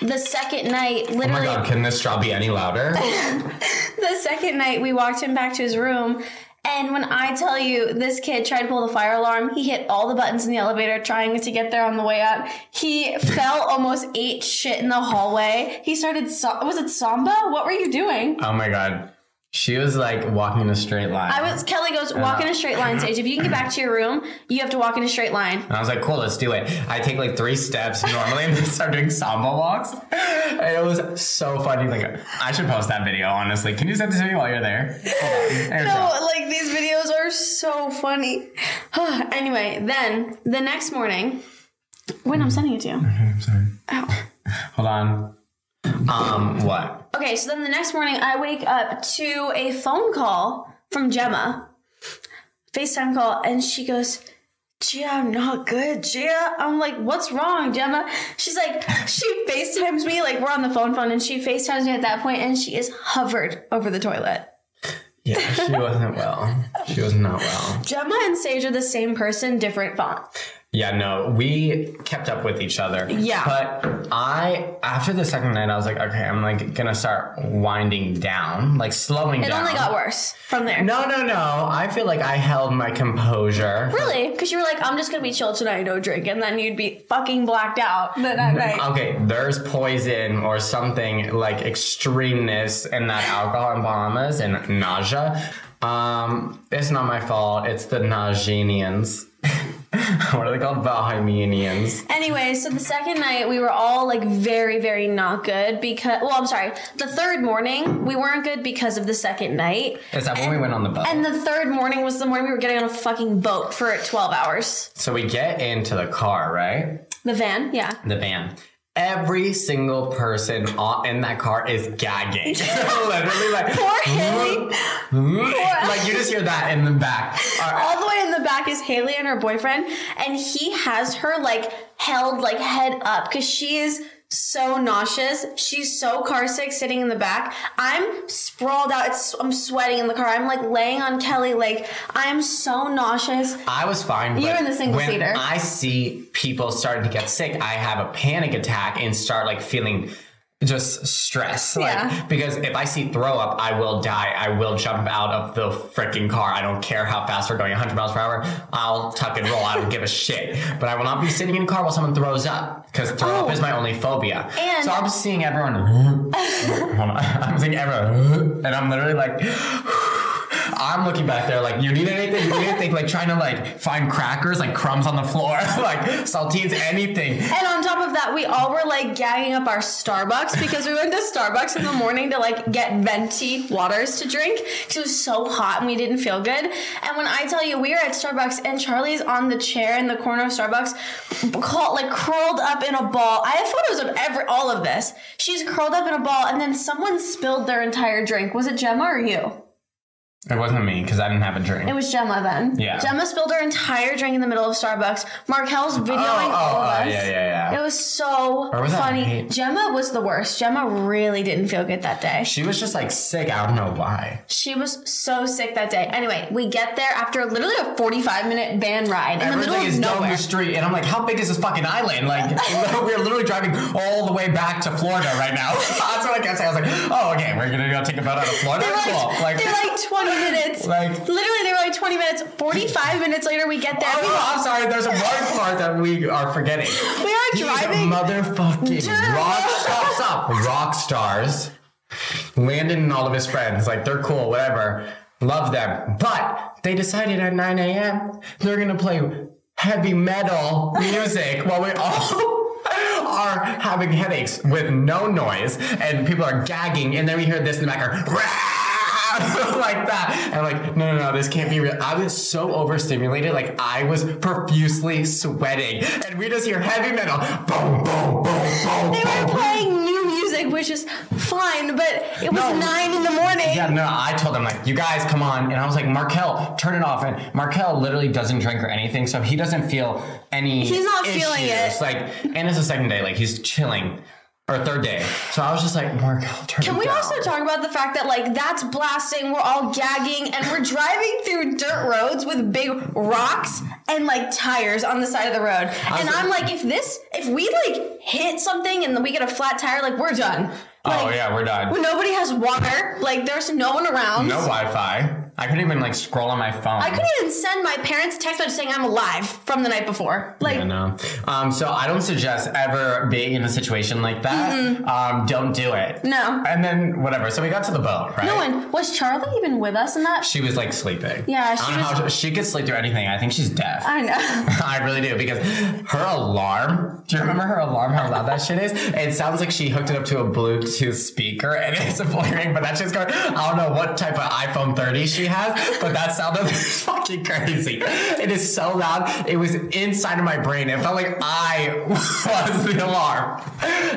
Speaker 2: the second night,
Speaker 1: Oh my
Speaker 2: literally *laughs*
Speaker 1: god, can this straw be any louder?
Speaker 2: the second night we walked him back to his room And when I tell you this kid tried to pull the fire alarm, he hit all the buttons in the elevator trying to get there on the way up. He fell, almost ate shit in the hallway. He started, so- was it Samba? What were you doing?
Speaker 1: Oh my god. She was like walking in a straight line.
Speaker 2: I was, Kelly goes, walk in a straight line, Sage. If you can get back to your room, you have to walk in a straight line.
Speaker 1: And I was like, cool, let's do it. I take like three steps normally and then start doing samba walks. And it was so funny. Like, I should post that video, honestly. Can you send it to me while you're there? Hold on. There we go.
Speaker 2: No, like these videos are so funny. *sighs* anyway, then the next morning, when I'm sending it to you.
Speaker 1: I'm sorry.
Speaker 2: Ow.
Speaker 1: Hold on. Um, what?
Speaker 2: Okay, so then the next morning, I wake up to a phone call from Gemma, FaceTime call, and she goes, Gia, I'm not good, Gia. I'm like, what's wrong, Gemma? She's like, she FaceTimes me, like, we're on the phone phone, and she FaceTimes me at that point, and she is hovered over the toilet.
Speaker 1: Yeah, she wasn't well. She was not well.
Speaker 2: Gemma and Sage are the same person, different font.
Speaker 1: Yeah, no, we kept up with each other.
Speaker 2: Yeah.
Speaker 1: But I, after the second night, I was like, okay, I'm like gonna start winding down, like slowing
Speaker 2: It
Speaker 1: down.
Speaker 2: only got worse from there.
Speaker 1: No, no, no. I feel like I held my composure.
Speaker 2: Really? Because you were like, I'm just gonna be chill tonight, no drink, and then you'd be fucking blacked out that that night.
Speaker 1: Okay, there's poison or something like extremeness in that alcohol in Bahamas and nausea. Um, it's not my fault. It's the Najinians. *laughs* what are they called? Bahamians.
Speaker 2: Anyway, so the second night we were all like very, very not good because, well, I'm sorry, the third morning we weren't good because of the second night.
Speaker 1: Is that when we went on the boat?
Speaker 2: And the third morning was the morning we were getting on a fucking boat for 12 hours.
Speaker 1: so we get into the car, right?
Speaker 2: The van, yeah.
Speaker 1: The van. Every single person on- in that car is gagging. *laughs* Literally, like
Speaker 2: Poor Haley.
Speaker 1: *laughs* like you just hear that in the back. All right.
Speaker 2: all the way in the back is Haley and her boyfriend, and he has her like held like head up because she is so nauseous. She's so car sick sitting in the back. I'm sprawled out. It's, I'm sweating in the car. I'm like laying on Kelly. Like I'm so nauseous.
Speaker 1: I was fine.
Speaker 2: You
Speaker 1: but
Speaker 2: were in the single
Speaker 1: when
Speaker 2: seater.
Speaker 1: I see people starting to get sick, I have a panic attack and start like feeling just stress. Like,
Speaker 2: Yeah.
Speaker 1: Because if I see throw up, I will die. I will jump out of the freaking car. I don't care how fast we're going, 100 miles per hour. I'll tuck and roll. I don't give a shit. But I will not be sitting in a car while someone throws up because throw
Speaker 2: Oh.
Speaker 1: up is my only phobia.
Speaker 2: And-
Speaker 1: so I'm seeing everyone. *laughs* Hold on. I'm seeing everyone, *laughs* and I'm literally like. *sighs* I'm looking back there like, you need anything? You need anything? Like trying to like find crackers, like crumbs on the floor, *laughs* like saltines, anything.
Speaker 2: And on top of that, we all were like gagging up our Starbucks because we went to Starbucks in the morning to like get venti waters to drink because it was so hot and we didn't feel good. And when I tell you, we were at Starbucks and Charlie's on the chair in the corner of Starbucks, called, like curled up in a ball. I have photos of every all of this. She's curled up in a ball, and then someone spilled their entire drink. Was it Gemma or you?
Speaker 1: It wasn't me because I didn't have a
Speaker 2: It
Speaker 1: drink.
Speaker 2: was Gemma then.
Speaker 1: Yeah.
Speaker 2: Gemma spilled her entire drink in the middle of Starbucks. Markel's videoing all of us.
Speaker 1: Oh, yeah, yeah,
Speaker 2: It
Speaker 1: yeah.
Speaker 2: was so
Speaker 1: Or was that
Speaker 2: funny.
Speaker 1: hate?
Speaker 2: Gemma was the worst. Gemma really didn't feel good that day.
Speaker 1: She was just like sick. I don't know why.
Speaker 2: She was so sick that day. Anyway, we get there after literally a 45 minute van ride in the middle
Speaker 1: Everything
Speaker 2: of
Speaker 1: is down
Speaker 2: nowhere.
Speaker 1: the street, and I'm like, how big is this fucking island?
Speaker 2: *laughs*
Speaker 1: Like, *laughs* we're literally driving all the way back to Florida right now. *laughs* That's what I kept saying. I was like, oh, okay, we're gonna go take a boat out of Florida.
Speaker 2: They were
Speaker 1: Cool.
Speaker 2: like,
Speaker 1: Like,
Speaker 2: they were
Speaker 1: *laughs*
Speaker 2: like 20 minutes.
Speaker 1: Like-
Speaker 2: literally, they were like 20 minutes. 45 minutes later, we get there.
Speaker 1: oh, oh, I'm sorry.
Speaker 2: *laughs*
Speaker 1: There's a word for it that we are forgetting.
Speaker 2: we, we are
Speaker 1: These
Speaker 2: driving.
Speaker 1: motherfucking
Speaker 2: Dude.
Speaker 1: rock stars up. Rock stars. Landon and all of his friends, like they're cool, whatever. Love them. But they decided at 9 a.m. they're gonna play heavy metal music while we all *laughs* are having headaches with no noise and people are gagging and then we hear this in the background. *laughs* like that. And I'm like, no, no, no, this can't be real. I was so overstimulated, like I was profusely sweating. And we just hear heavy metal. Boom, boom, boom, boom.
Speaker 2: they
Speaker 1: boom.
Speaker 2: were playing new music, which is fine, but it was
Speaker 1: No.
Speaker 2: 9 in the morning.
Speaker 1: Yeah, no, I told him like, you guys, come on, and I was like, Markel, turn it off. And Markel literally doesn't drink or anything, so he doesn't feel any.
Speaker 2: He's not
Speaker 1: issues.
Speaker 2: feeling it.
Speaker 1: Like, and it's the second day, like he's chilling, or third day. So I was just like, Markel, turn.
Speaker 2: Can
Speaker 1: it
Speaker 2: we
Speaker 1: down.
Speaker 2: also talk about the fact that like that's blasting, we're all gagging, and we're driving through dirt roads with big rocks and like tires on the side of the road. And
Speaker 1: was-
Speaker 2: I'm like, if this if we like hit something and we get a flat tire, like we're done.
Speaker 1: Oh
Speaker 2: Like,
Speaker 1: yeah, we're done.
Speaker 2: When nobody has water, like there's no one around.
Speaker 1: No Wi-Fi. I couldn't even like scroll on my phone.
Speaker 2: I couldn't even send my parents a text message saying I'm alive from the night before. Like,
Speaker 1: I know. Um, so I don't suggest ever being in a situation like that. Um, don't do it.
Speaker 2: Mm-hmm. No.
Speaker 1: And then whatever. So we got to the boat, right?
Speaker 6: No one was Charlie even with us in that.
Speaker 1: She was like sleeping.
Speaker 6: Yeah,
Speaker 1: I
Speaker 6: she
Speaker 1: don't know
Speaker 6: was-
Speaker 1: how she, she could sleep through anything. I think she's deaf.
Speaker 2: *laughs*
Speaker 6: I know.
Speaker 1: *laughs* I really do because her alarm. Do you remember her alarm? How loud that shit is? It sounds like she hooked it up to a Bluetooth speaker and *laughs* it's blaring. But that shit's going. I don't know what type of iPhone 30 she has, but that sounded *laughs* fucking crazy. It is so loud. It was inside of my brain. It felt like I *laughs* was the alarm.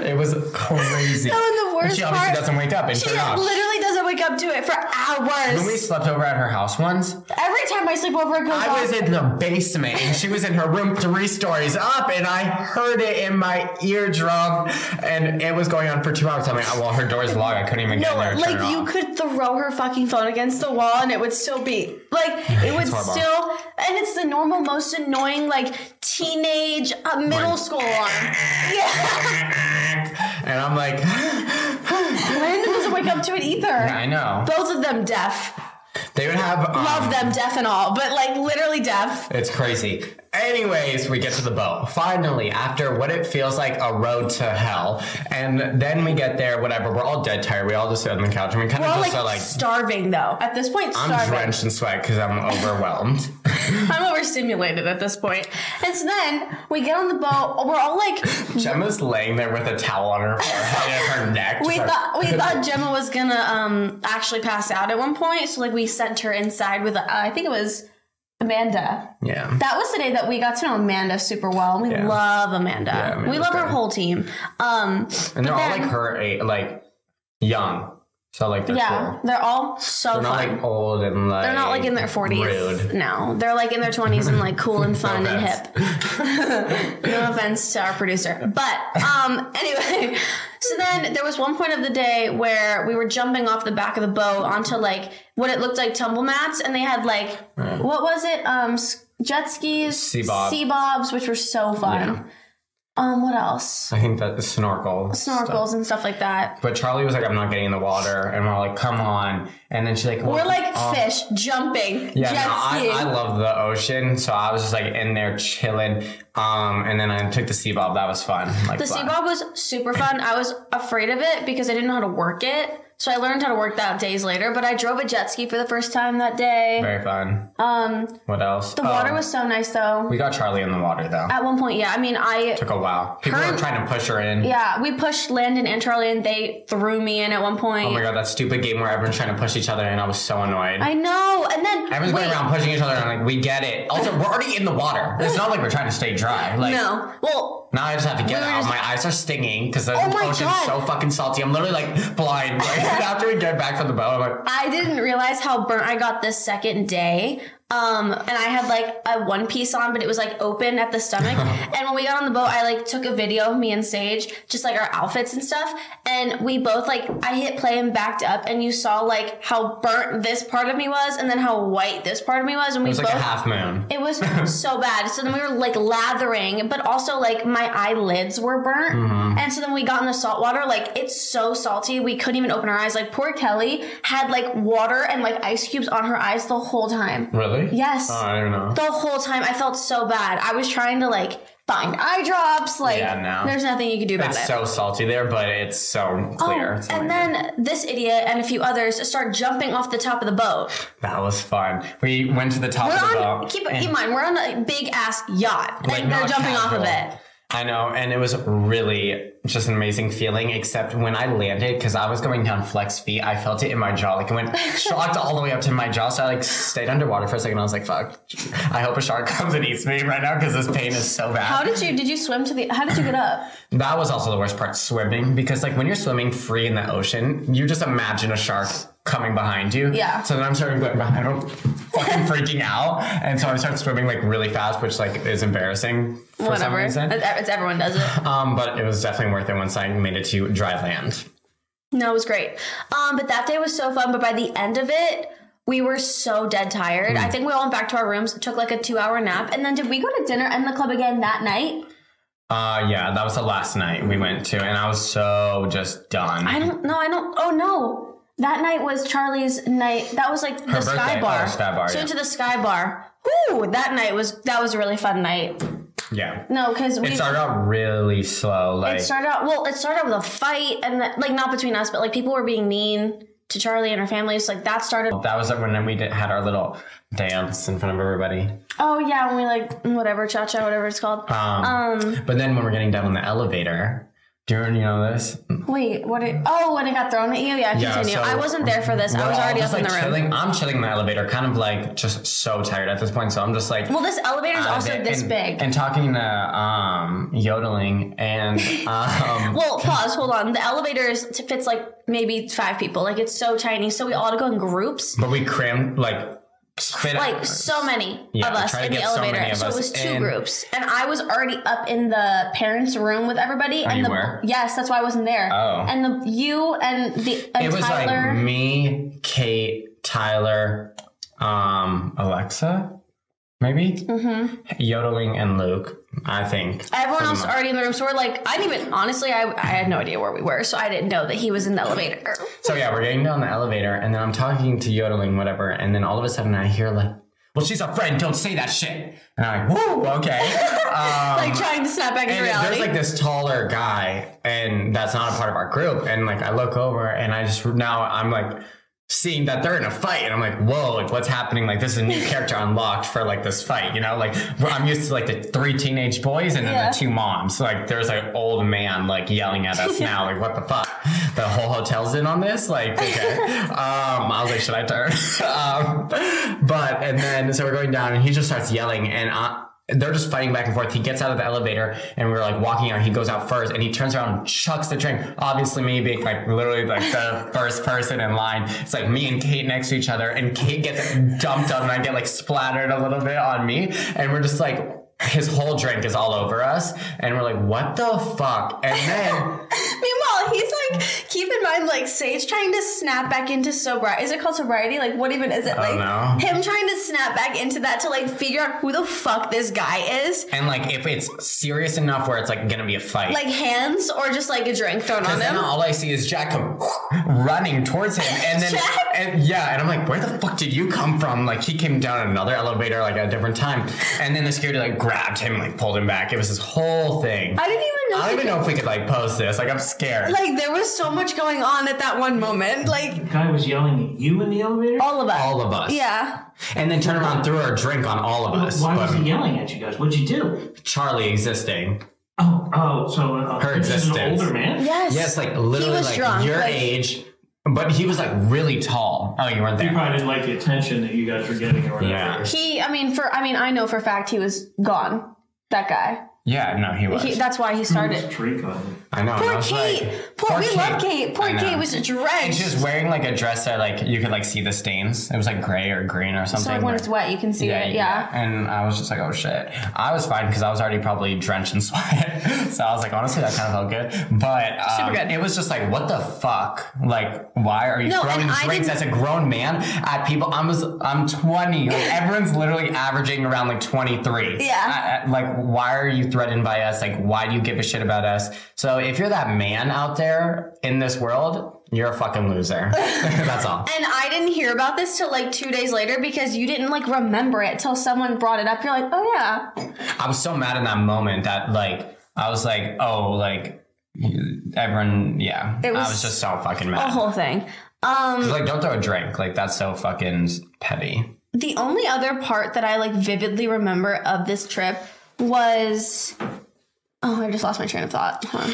Speaker 1: It was crazy.
Speaker 2: No, and the worst
Speaker 1: she obviously
Speaker 2: part-
Speaker 1: doesn't wake up and
Speaker 2: she
Speaker 1: turn it off.
Speaker 2: literally doesn't wake up to it for
Speaker 1: When we
Speaker 2: hours.
Speaker 1: slept over at her house once,
Speaker 2: Every time I sleep over, it goes
Speaker 1: I was
Speaker 2: off.
Speaker 1: in the basement and she was in her room three stories up and I heard it in my eardrum and it was going on for two hours. I mean, well, her door's locked. I couldn't even get
Speaker 2: No,
Speaker 1: in there and turn
Speaker 2: like
Speaker 1: it
Speaker 2: you
Speaker 1: off.
Speaker 2: could throw her fucking phone against the wall and it would still be
Speaker 1: *laughs*
Speaker 2: like it would
Speaker 1: horrible.
Speaker 2: still and it's the normal most annoying like teenage uh, middle
Speaker 1: Like- *laughs*
Speaker 2: school alarm. Yeah.
Speaker 1: And I'm like, *gasps*
Speaker 2: Landon doesn't wake up to it either.
Speaker 1: I know.
Speaker 2: Both of them deaf.
Speaker 1: They would have. um,
Speaker 2: Love them deaf and all, but like literally deaf.
Speaker 1: It's crazy. Anyways, we get to the boat. Finally, after what it feels like a road to hell. And then we get there, whatever. We're all dead tired. We all just sit on the couch and we kind
Speaker 2: We're
Speaker 1: of
Speaker 2: all
Speaker 1: just
Speaker 2: like,
Speaker 1: are like,
Speaker 2: starving though. At this point, starving.
Speaker 1: I'm drenched in sweat because I'm overwhelmed. *laughs*
Speaker 2: I'm overstimulated at this point. And so then we get on the boat. We're all like,
Speaker 1: Gemma's laying there with a towel on her forehead and her neck. just
Speaker 2: we
Speaker 1: like-
Speaker 2: thought we thought Gemma was gonna um actually pass out at one point. So like we sent her inside with uh, I think it was Amanda.
Speaker 1: Yeah.
Speaker 2: That was the day that we got to know Amanda super well. We
Speaker 1: Yeah.
Speaker 2: love Amanda. we
Speaker 1: Amanda's
Speaker 2: love her
Speaker 1: good.
Speaker 2: whole team. Um,
Speaker 1: And they're all
Speaker 2: then-
Speaker 1: like her, a- like young. So like they're
Speaker 2: yeah,
Speaker 1: cool.
Speaker 2: they're all so
Speaker 1: They're not
Speaker 2: fun.
Speaker 1: like old and like.
Speaker 2: they're not like in their 40s.
Speaker 1: Rude.
Speaker 2: No, they're like in their 20s and
Speaker 1: *laughs*
Speaker 2: like cool and fun and
Speaker 1: offense.
Speaker 2: hip. *laughs* no offense to our producer. But um *laughs* anyway, so then there was one point of the day where we were jumping off the back of the boat onto like what it looked like tumble mats and they had like what was it? Um s- jet skis,
Speaker 1: Sea bob.
Speaker 2: sea bobs which were so
Speaker 1: Yeah.
Speaker 2: fun. Um what else?
Speaker 1: I think that the snorkel.
Speaker 2: Snorkels and stuff like that.
Speaker 1: But Charlie was like, I'm not getting in the water. And we're like, come on. And then she's like,
Speaker 2: We're
Speaker 1: well,
Speaker 2: like
Speaker 1: uh,
Speaker 2: fish jumping,
Speaker 1: Yeah,
Speaker 2: jet
Speaker 1: no, I,
Speaker 2: skiing.
Speaker 1: I love the ocean. So I was just like in there chilling. Um, and then I took the sea bob. That was fun. Like
Speaker 2: The
Speaker 1: fun.
Speaker 2: sea bob was super fun. I was afraid of it because I didn't know how to work it. So I learned how to work that days later, but I drove a jet ski for the first time that day.
Speaker 1: Very fun.
Speaker 2: Um,
Speaker 1: What else?
Speaker 2: the water was so nice though.
Speaker 1: Oh. We got Charlie in the water though.
Speaker 2: At one point, yeah, I mean, I,
Speaker 1: Took a while. People
Speaker 2: Her-
Speaker 1: were trying to push her in.
Speaker 2: yeah, we pushed Landon and Charlie and they threw me in at one point.
Speaker 1: Oh my god, that stupid game where everyone's trying to push each other, and I was so annoyed.
Speaker 2: I know. And then,
Speaker 1: Everyone's
Speaker 2: wait,
Speaker 1: going around pushing each other, and I'm like, we get it. Also, we're already in the water. It's not like we're trying to stay dry. Like,
Speaker 2: no. Well,
Speaker 1: Now I just have to get
Speaker 2: We were
Speaker 1: out.
Speaker 2: just-
Speaker 1: My eyes are stinging because the
Speaker 2: Oh my
Speaker 1: ocean's
Speaker 2: God.
Speaker 1: so fucking salty. I'm literally like blind.
Speaker 2: *laughs*
Speaker 1: Like, *laughs* after we get back from the boat, I'm like,
Speaker 2: I didn't realize how burnt I got this second day. Um, and I had like a one piece on, but it was like open at
Speaker 1: *laughs*
Speaker 2: the stomach. and when we got on the boat, I like took a video of me and Sage, just like our outfits and stuff. And we both like, I hit play and backed up, and you saw like how burnt this part of me was, and then how white this part of me was. And we
Speaker 1: it was
Speaker 2: both.
Speaker 1: like a half moon.
Speaker 2: It was so bad. So then we were like lathering, but also like my eyelids were burnt.
Speaker 1: Mm-hmm.
Speaker 2: And so then we got in the salt water. Like it's so salty. We couldn't even open our eyes. Like poor Kelly had like water and like ice cubes on her eyes the whole time.
Speaker 1: Really?
Speaker 2: Yes.
Speaker 1: Oh, I don't know.
Speaker 2: The whole time. I felt so bad. I was trying to like find eye drops. Like
Speaker 1: Yeah, no.
Speaker 2: there's nothing you could do about
Speaker 1: it's
Speaker 2: it.
Speaker 1: so
Speaker 2: Oh,
Speaker 1: salty there, but it's so clear. It's
Speaker 2: and
Speaker 1: amazing.
Speaker 2: then this idiot and a few others start jumping off the top of the boat.
Speaker 1: that was fun. We went to the top
Speaker 2: We're
Speaker 1: of the
Speaker 2: on
Speaker 1: boat.
Speaker 2: keep keep
Speaker 1: and-
Speaker 2: in mind we're on a big ass yacht,
Speaker 1: like,
Speaker 2: and they're
Speaker 1: not
Speaker 2: jumping off of
Speaker 1: casual.
Speaker 2: it.
Speaker 1: I know, and it was really just an amazing feeling. Except when I landed, because I was going down flex feet, I felt it in my jaw. Like it
Speaker 2: *laughs*
Speaker 1: went shocked all the way up to my jaw. So I like stayed underwater for a second. I was like, "Fuck! I hope a shark *laughs* comes and eats me right now because this pain is so bad."
Speaker 2: How did you did you swim to the how did you get up?
Speaker 1: that was also the worst part, swimming, because like when you're swimming free in the ocean, you just imagine a shark coming behind you.
Speaker 2: Yeah.
Speaker 1: So then I'm starting going behind. I'm fucking
Speaker 2: *laughs*
Speaker 1: freaking out, and so I start swimming like really fast, which like is embarrassing for some
Speaker 2: Whatever. It's,
Speaker 1: reason.
Speaker 2: it's everyone does it.
Speaker 1: Um, but it was definitely worth it once I made it to dry land.
Speaker 2: No, it was great. Um, but that day was so fun, but by the end of it, we were so dead tired.
Speaker 1: Mm.
Speaker 2: I think we all went back to our rooms, took like a two hour nap, and then did we go to dinner and the club again that night?
Speaker 1: Uh, yeah, that was the last night we went to, and I was so just done.
Speaker 2: I don't know, I don't oh no. That night was Charlie's night. That was like the
Speaker 1: Her
Speaker 2: sky
Speaker 1: birthday.
Speaker 2: bar.
Speaker 1: Oh, Sky Bar,
Speaker 2: So
Speaker 1: yeah.
Speaker 2: into the sky bar. Whoo! That night was that was a really fun night.
Speaker 1: Yeah.
Speaker 2: No, because we
Speaker 1: It started out really slow. Like
Speaker 2: it started out well. It started out with a fight, and the, like not between us, but like people were being mean to Charlie and her family. So like that started.
Speaker 1: that was when we did, had our little dance in front of everybody.
Speaker 2: Oh yeah, when we like whatever cha cha, whatever it's called.
Speaker 1: Um,
Speaker 2: Mm-hmm.
Speaker 1: but then when we're getting down in the elevator, during you know this,
Speaker 2: Wait, what? Did, oh, when it got thrown at you? Yeah,
Speaker 1: Yeah,
Speaker 2: continue.
Speaker 1: so
Speaker 2: I wasn't there for this. I
Speaker 1: we're
Speaker 2: was
Speaker 1: all
Speaker 2: already up
Speaker 1: just,
Speaker 2: in
Speaker 1: like,
Speaker 2: the room.
Speaker 1: Chilling. I'm chilling in the elevator, kind of like just so tired at this point. So I'm just like,
Speaker 2: Well, this elevator is
Speaker 1: out of
Speaker 2: also
Speaker 1: it.
Speaker 2: this
Speaker 1: and,
Speaker 2: big.
Speaker 1: And talking to um, yodeling
Speaker 2: *laughs*
Speaker 1: and um,
Speaker 2: well, pause. Hold on. The elevator is, fits like maybe five people. Like it's so tiny. So we all had to go in groups.
Speaker 1: but we crammed like spit
Speaker 2: Like so many
Speaker 1: Yeah,
Speaker 2: of us
Speaker 1: try to
Speaker 2: in the
Speaker 1: get so
Speaker 2: elevator.
Speaker 1: many of
Speaker 2: So, it
Speaker 1: us
Speaker 2: was two
Speaker 1: in.
Speaker 2: groups, and I was already up in the parents' room with everybody. and
Speaker 1: Oh, you
Speaker 2: the
Speaker 1: were?
Speaker 2: yes, that's why I wasn't there.
Speaker 1: Oh.
Speaker 2: and the you and the and
Speaker 1: It was
Speaker 2: Tyler.
Speaker 1: like me, Kate, Tyler, um, Alexa, maybe mm-hmm. yodeling and Luke. I think
Speaker 2: Everyone else already in the room, so we're like, I didn't even honestly, I, I had no idea where we were, so I didn't know that he was in the elevator.
Speaker 1: So yeah, we're getting down the elevator, and then I'm talking to yodeling, whatever, and then all of a sudden I hear like, "Well, she's a friend. Don't say that shit." And I'm like, "Woo, okay."
Speaker 2: *laughs*
Speaker 1: Um,
Speaker 2: like trying to snap back into
Speaker 1: and there's
Speaker 2: reality.
Speaker 1: like this taller guy, and that's not a part of our group. And like I look over, and I just now I'm like seeing that they're in a fight, and I'm like, "Whoa, like what's happening? Like this is a
Speaker 2: *laughs*
Speaker 1: new character unlocked for like this fight, you know? Like where I'm used to like the three teenage boys and then
Speaker 2: Yeah.
Speaker 1: the two moms. Like there's like old man like yelling at us now. Like what the fuck? The whole hotel's in on this. Like okay. um, I was like, should I turn? *laughs* um, but and then so we're going down, and he just starts yelling, and I. They're just fighting back and forth. He gets out of the elevator and we're like walking out. He goes out first and he turns around and chucks the drink. Obviously, me being like literally like the first person in line. It's like me and Kate next to each other and Kate gets dumped on and I get like splattered a little bit on me. And we're just like, his whole drink is all over us. And we're like, what the fuck? And
Speaker 2: *laughs*
Speaker 1: then.
Speaker 2: *laughs* Meanwhile, he's like, keep in mind, like Sage trying to snap back into sobriety. Is it called sobriety? Like, what even is it? Like
Speaker 1: don't know.
Speaker 2: him trying to snap back into that to like figure out who the fuck this guy is.
Speaker 1: And like, if it's serious enough where it's like gonna be a fight,
Speaker 2: Like hands or just like a drink thrown on
Speaker 1: And then
Speaker 2: him.
Speaker 1: all I see is Jack come *laughs* running towards him, and then
Speaker 2: Jack?
Speaker 1: and yeah, and I'm like, where the fuck did you come from? Like he came down another elevator like at a different time, and then the security like grabbed him, like pulled him back. It was this whole thing.
Speaker 2: I
Speaker 1: I,
Speaker 2: didn't even know.
Speaker 1: don't even know if we could like post this. Like I'm scared.
Speaker 2: Like there was so much going on at that one moment. Like
Speaker 5: The guy was yelling at you in the elevator?
Speaker 2: all of us.
Speaker 1: all of us.
Speaker 2: yeah.
Speaker 1: And then turn around, threw our drink on all of us.
Speaker 5: Why
Speaker 1: but
Speaker 5: was he yelling at you guys? What'd you do?
Speaker 1: Charlie existing.
Speaker 5: Oh, oh, so uh,
Speaker 1: Her
Speaker 5: this is an
Speaker 1: existence.
Speaker 5: older man?
Speaker 2: Yes.
Speaker 1: Yes, like literally
Speaker 2: was
Speaker 1: like
Speaker 2: drunk,
Speaker 1: your
Speaker 2: like-
Speaker 1: age, but he was like really tall. Oh, you weren't
Speaker 5: He
Speaker 1: there.
Speaker 5: probably didn't like the attention that you guys were getting or whatever.
Speaker 1: Yeah.
Speaker 2: He. I mean, for I mean, I know for a fact he was gone. That guy.
Speaker 1: Yeah, no, he was.
Speaker 2: He, that's why he
Speaker 5: Just
Speaker 2: started.
Speaker 5: drink on him.
Speaker 1: I know. and I
Speaker 2: Poor
Speaker 1: was like,
Speaker 2: Kate. poor, we love Kate. Poor
Speaker 1: I know.
Speaker 2: Kate was
Speaker 1: And
Speaker 2: drenched.
Speaker 1: she was wearing like a dress that like you could like see the stains. It was like gray or green or something.
Speaker 2: So like when it's wet, you can see it. Yeah.
Speaker 1: And I was just like, oh shit. I was fine because I was already probably drenched in *laughs* sweat. so I was like, honestly, that kind of felt good. But um,
Speaker 2: Super good.
Speaker 1: it was just like, what the fuck? Like, why are you
Speaker 2: No,
Speaker 1: throwing
Speaker 2: and I
Speaker 1: drinks
Speaker 2: didn't-
Speaker 1: as a grown man at people? I'm just, I'm 20. Like,
Speaker 2: *laughs*
Speaker 1: everyone's literally averaging around like 23.
Speaker 2: Yeah.
Speaker 1: I- I- like, why are you threatened by us? Like, why do you give a shit about us? So if you're that man out there in this world, you're a fucking loser. *laughs* That's all.
Speaker 2: *laughs* And I didn't hear about this till like two days later because you didn't like remember it till someone brought it up. You're like, oh yeah.
Speaker 1: I was so mad in that moment that like I was like, oh, like everyone, yeah.
Speaker 2: It was
Speaker 1: I was just so fucking
Speaker 2: The
Speaker 1: mad.
Speaker 2: whole thing.
Speaker 1: It's like, don't throw a drink. Like that's so fucking petty.
Speaker 2: The only other part that I like vividly remember of this trip was oh, I just lost my train of thought. Hold on.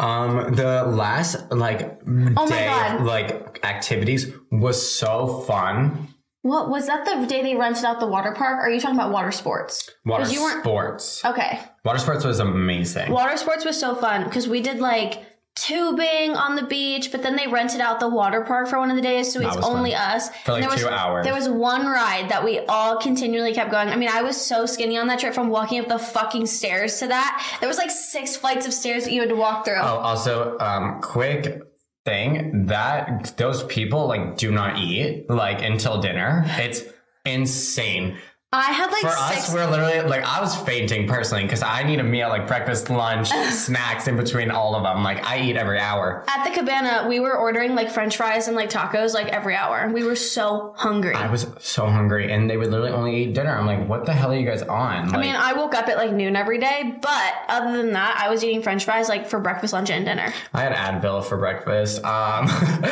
Speaker 1: Um, the last like
Speaker 2: Oh my
Speaker 1: day
Speaker 2: God.
Speaker 1: of, like activities was so fun.
Speaker 2: What was that the day they rented out the water park? Or are you talking about water sports?
Speaker 1: Water
Speaker 2: 'Cause you weren't- Oh.
Speaker 1: sports.
Speaker 2: Okay.
Speaker 1: Water sports was amazing.
Speaker 2: Water sports was so fun because we did like tubing on the beach, but then they rented out the water park for one of the days, so it's
Speaker 1: was fun.
Speaker 2: only us.
Speaker 1: For, like,
Speaker 2: And
Speaker 1: two
Speaker 2: was,
Speaker 1: hours.
Speaker 2: There was one ride that we all continually kept going. I mean, I was so skinny on that trip from walking up the fucking stairs to that. There was like six flights of stairs that you had to walk through.
Speaker 1: Oh, also, um, quick thing that those people like do not eat like until dinner. It's insane.
Speaker 2: I had like
Speaker 1: For
Speaker 2: six.
Speaker 1: us, we're literally like I was fainting personally because I need a meal like breakfast,
Speaker 2: *laughs*
Speaker 1: lunch, snacks in between all of them. Like I eat every hour.
Speaker 2: at the cabana, we were ordering like French fries and like tacos like every hour. We were so hungry.
Speaker 1: I
Speaker 2: I,
Speaker 1: was so hungry, and they would literally only eat dinner. I'm like, what the hell are you guys on? Like,
Speaker 2: mean, I woke up at like noon every day, but other than that, I was eating French fries like for breakfast, lunch, and dinner.
Speaker 1: I had Advil for breakfast, um, *laughs*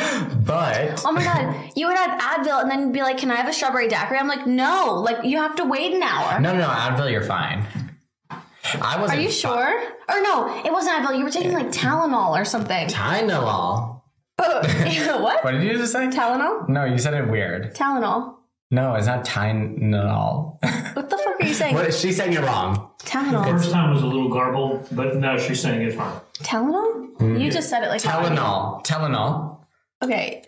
Speaker 1: but
Speaker 2: Oh my god, you would have Advil and then you'd be like, "Can I have a strawberry daiquiri?" I'm like, "No, like you have to wait an hour."
Speaker 1: no, no, no, Advil, you're fine. I
Speaker 2: Are
Speaker 1: wasn't.
Speaker 2: you sure? Or no, it wasn't Advil. You were taking like Tylenol or something.
Speaker 1: Tylenol.
Speaker 2: *laughs* what?
Speaker 1: What did you just say?
Speaker 2: Tylenol?
Speaker 1: no, you said it weird.
Speaker 2: Tylenol.
Speaker 1: No, it's not Tylenol.
Speaker 2: What the fuck are you saying?
Speaker 1: *laughs* what she said you're wrong.
Speaker 2: Tylenol.
Speaker 5: First time was a little garbled, but now she's saying it's fine.
Speaker 2: Tylenol? You just said it like
Speaker 1: Mm-hmm. Tylenol. Tylenol.
Speaker 2: Okay.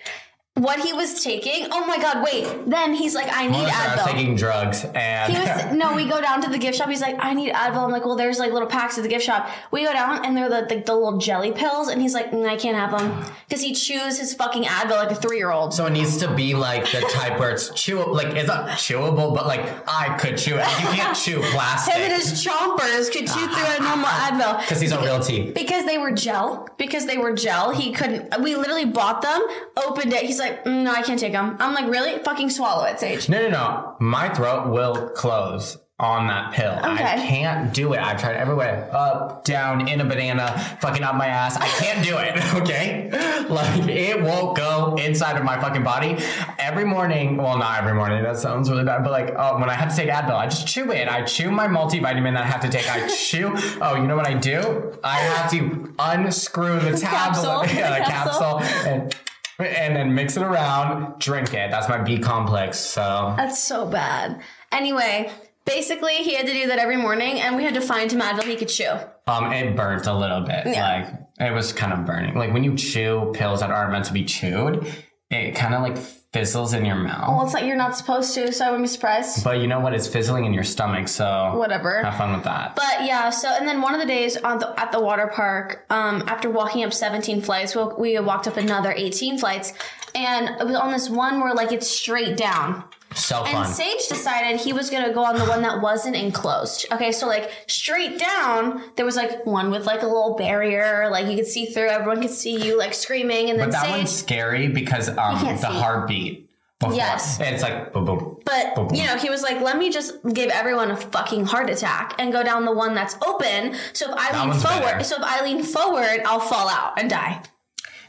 Speaker 2: What he was taking? Oh my god, wait. Then he's like, I need
Speaker 1: Melissa, I was
Speaker 2: Advil.
Speaker 1: taking drugs and *laughs*
Speaker 2: he was no, we go down to the gift shop. He's like, I need Advil. I'm like, well, there's like little packs at the gift shop. We go down and they're the, the, the little jelly pills, and he's like, mm, I can't have them because he chews his fucking Advil like a three year old.
Speaker 1: So it needs to be like the type where it's chewable. Like it's not chewable, but like I could chew it. Like, you can't chew plastic.
Speaker 2: Him and his chompers could chew through a normal Advil.
Speaker 1: because these are real tea.
Speaker 2: Because they were gel. Because they were gel. He couldn't. We literally bought them, opened it. He's like, mm, no, I can't take them. I'm like, really? Fucking swallow it, Sage.
Speaker 1: No, no, no. My throat will close on that pill. I
Speaker 2: Okay.
Speaker 1: can't do it. I've tried every way up, down, in a banana, fucking up my ass. I can't do it. *laughs* Okay, like it won't go inside of my fucking body. Every morning, well, not every morning. That sounds really bad, but like oh, when I have to take Advil, I just chew it. I chew my multivitamin that I have to take. I *laughs* chew. Oh, you know what I do? I have to unscrew the
Speaker 2: Capsule.
Speaker 1: tablet, *laughs* yeah,
Speaker 2: *laughs*
Speaker 1: the
Speaker 2: Capsule.
Speaker 1: capsule, and. And then mix it around, drink it. That's my B complex. So
Speaker 2: That's so bad. Anyway, basically, he had to do that every morning, and we had to find him Advil he could chew.
Speaker 1: Um, it burnt a little bit. Like it was kind of burning. Like when you chew pills that aren't meant to be chewed, it kind of like fizzles in your mouth.
Speaker 2: Well, it's like you're not supposed to, so I wouldn't be surprised.
Speaker 1: But you know what? It's fizzling in your stomach. So
Speaker 2: Whatever.
Speaker 1: Have fun with that.
Speaker 2: But yeah, so and then one of the days on the, at the water park, um, after walking up 17 flights, we, we walked up another 18 flights, and it was on this one where like it's straight down.
Speaker 1: so
Speaker 2: And
Speaker 1: fun.
Speaker 2: Sage decided he was gonna go on the one that wasn't enclosed. Okay, so like straight down, there was like one with like a little barrier, like you could see through, everyone could see you like screaming, and then
Speaker 1: but that
Speaker 2: Sage.
Speaker 1: one's scary because um
Speaker 2: can't
Speaker 1: the
Speaker 2: see.
Speaker 1: heartbeat. Before.
Speaker 2: Yes.
Speaker 1: It's like boom boom.
Speaker 2: But you know, he was like, "Let me just give everyone a fucking heart attack and go down the one that's open. So if I lean
Speaker 1: one's
Speaker 2: forward,
Speaker 1: better.
Speaker 2: so if I lean forward, I'll fall out and die."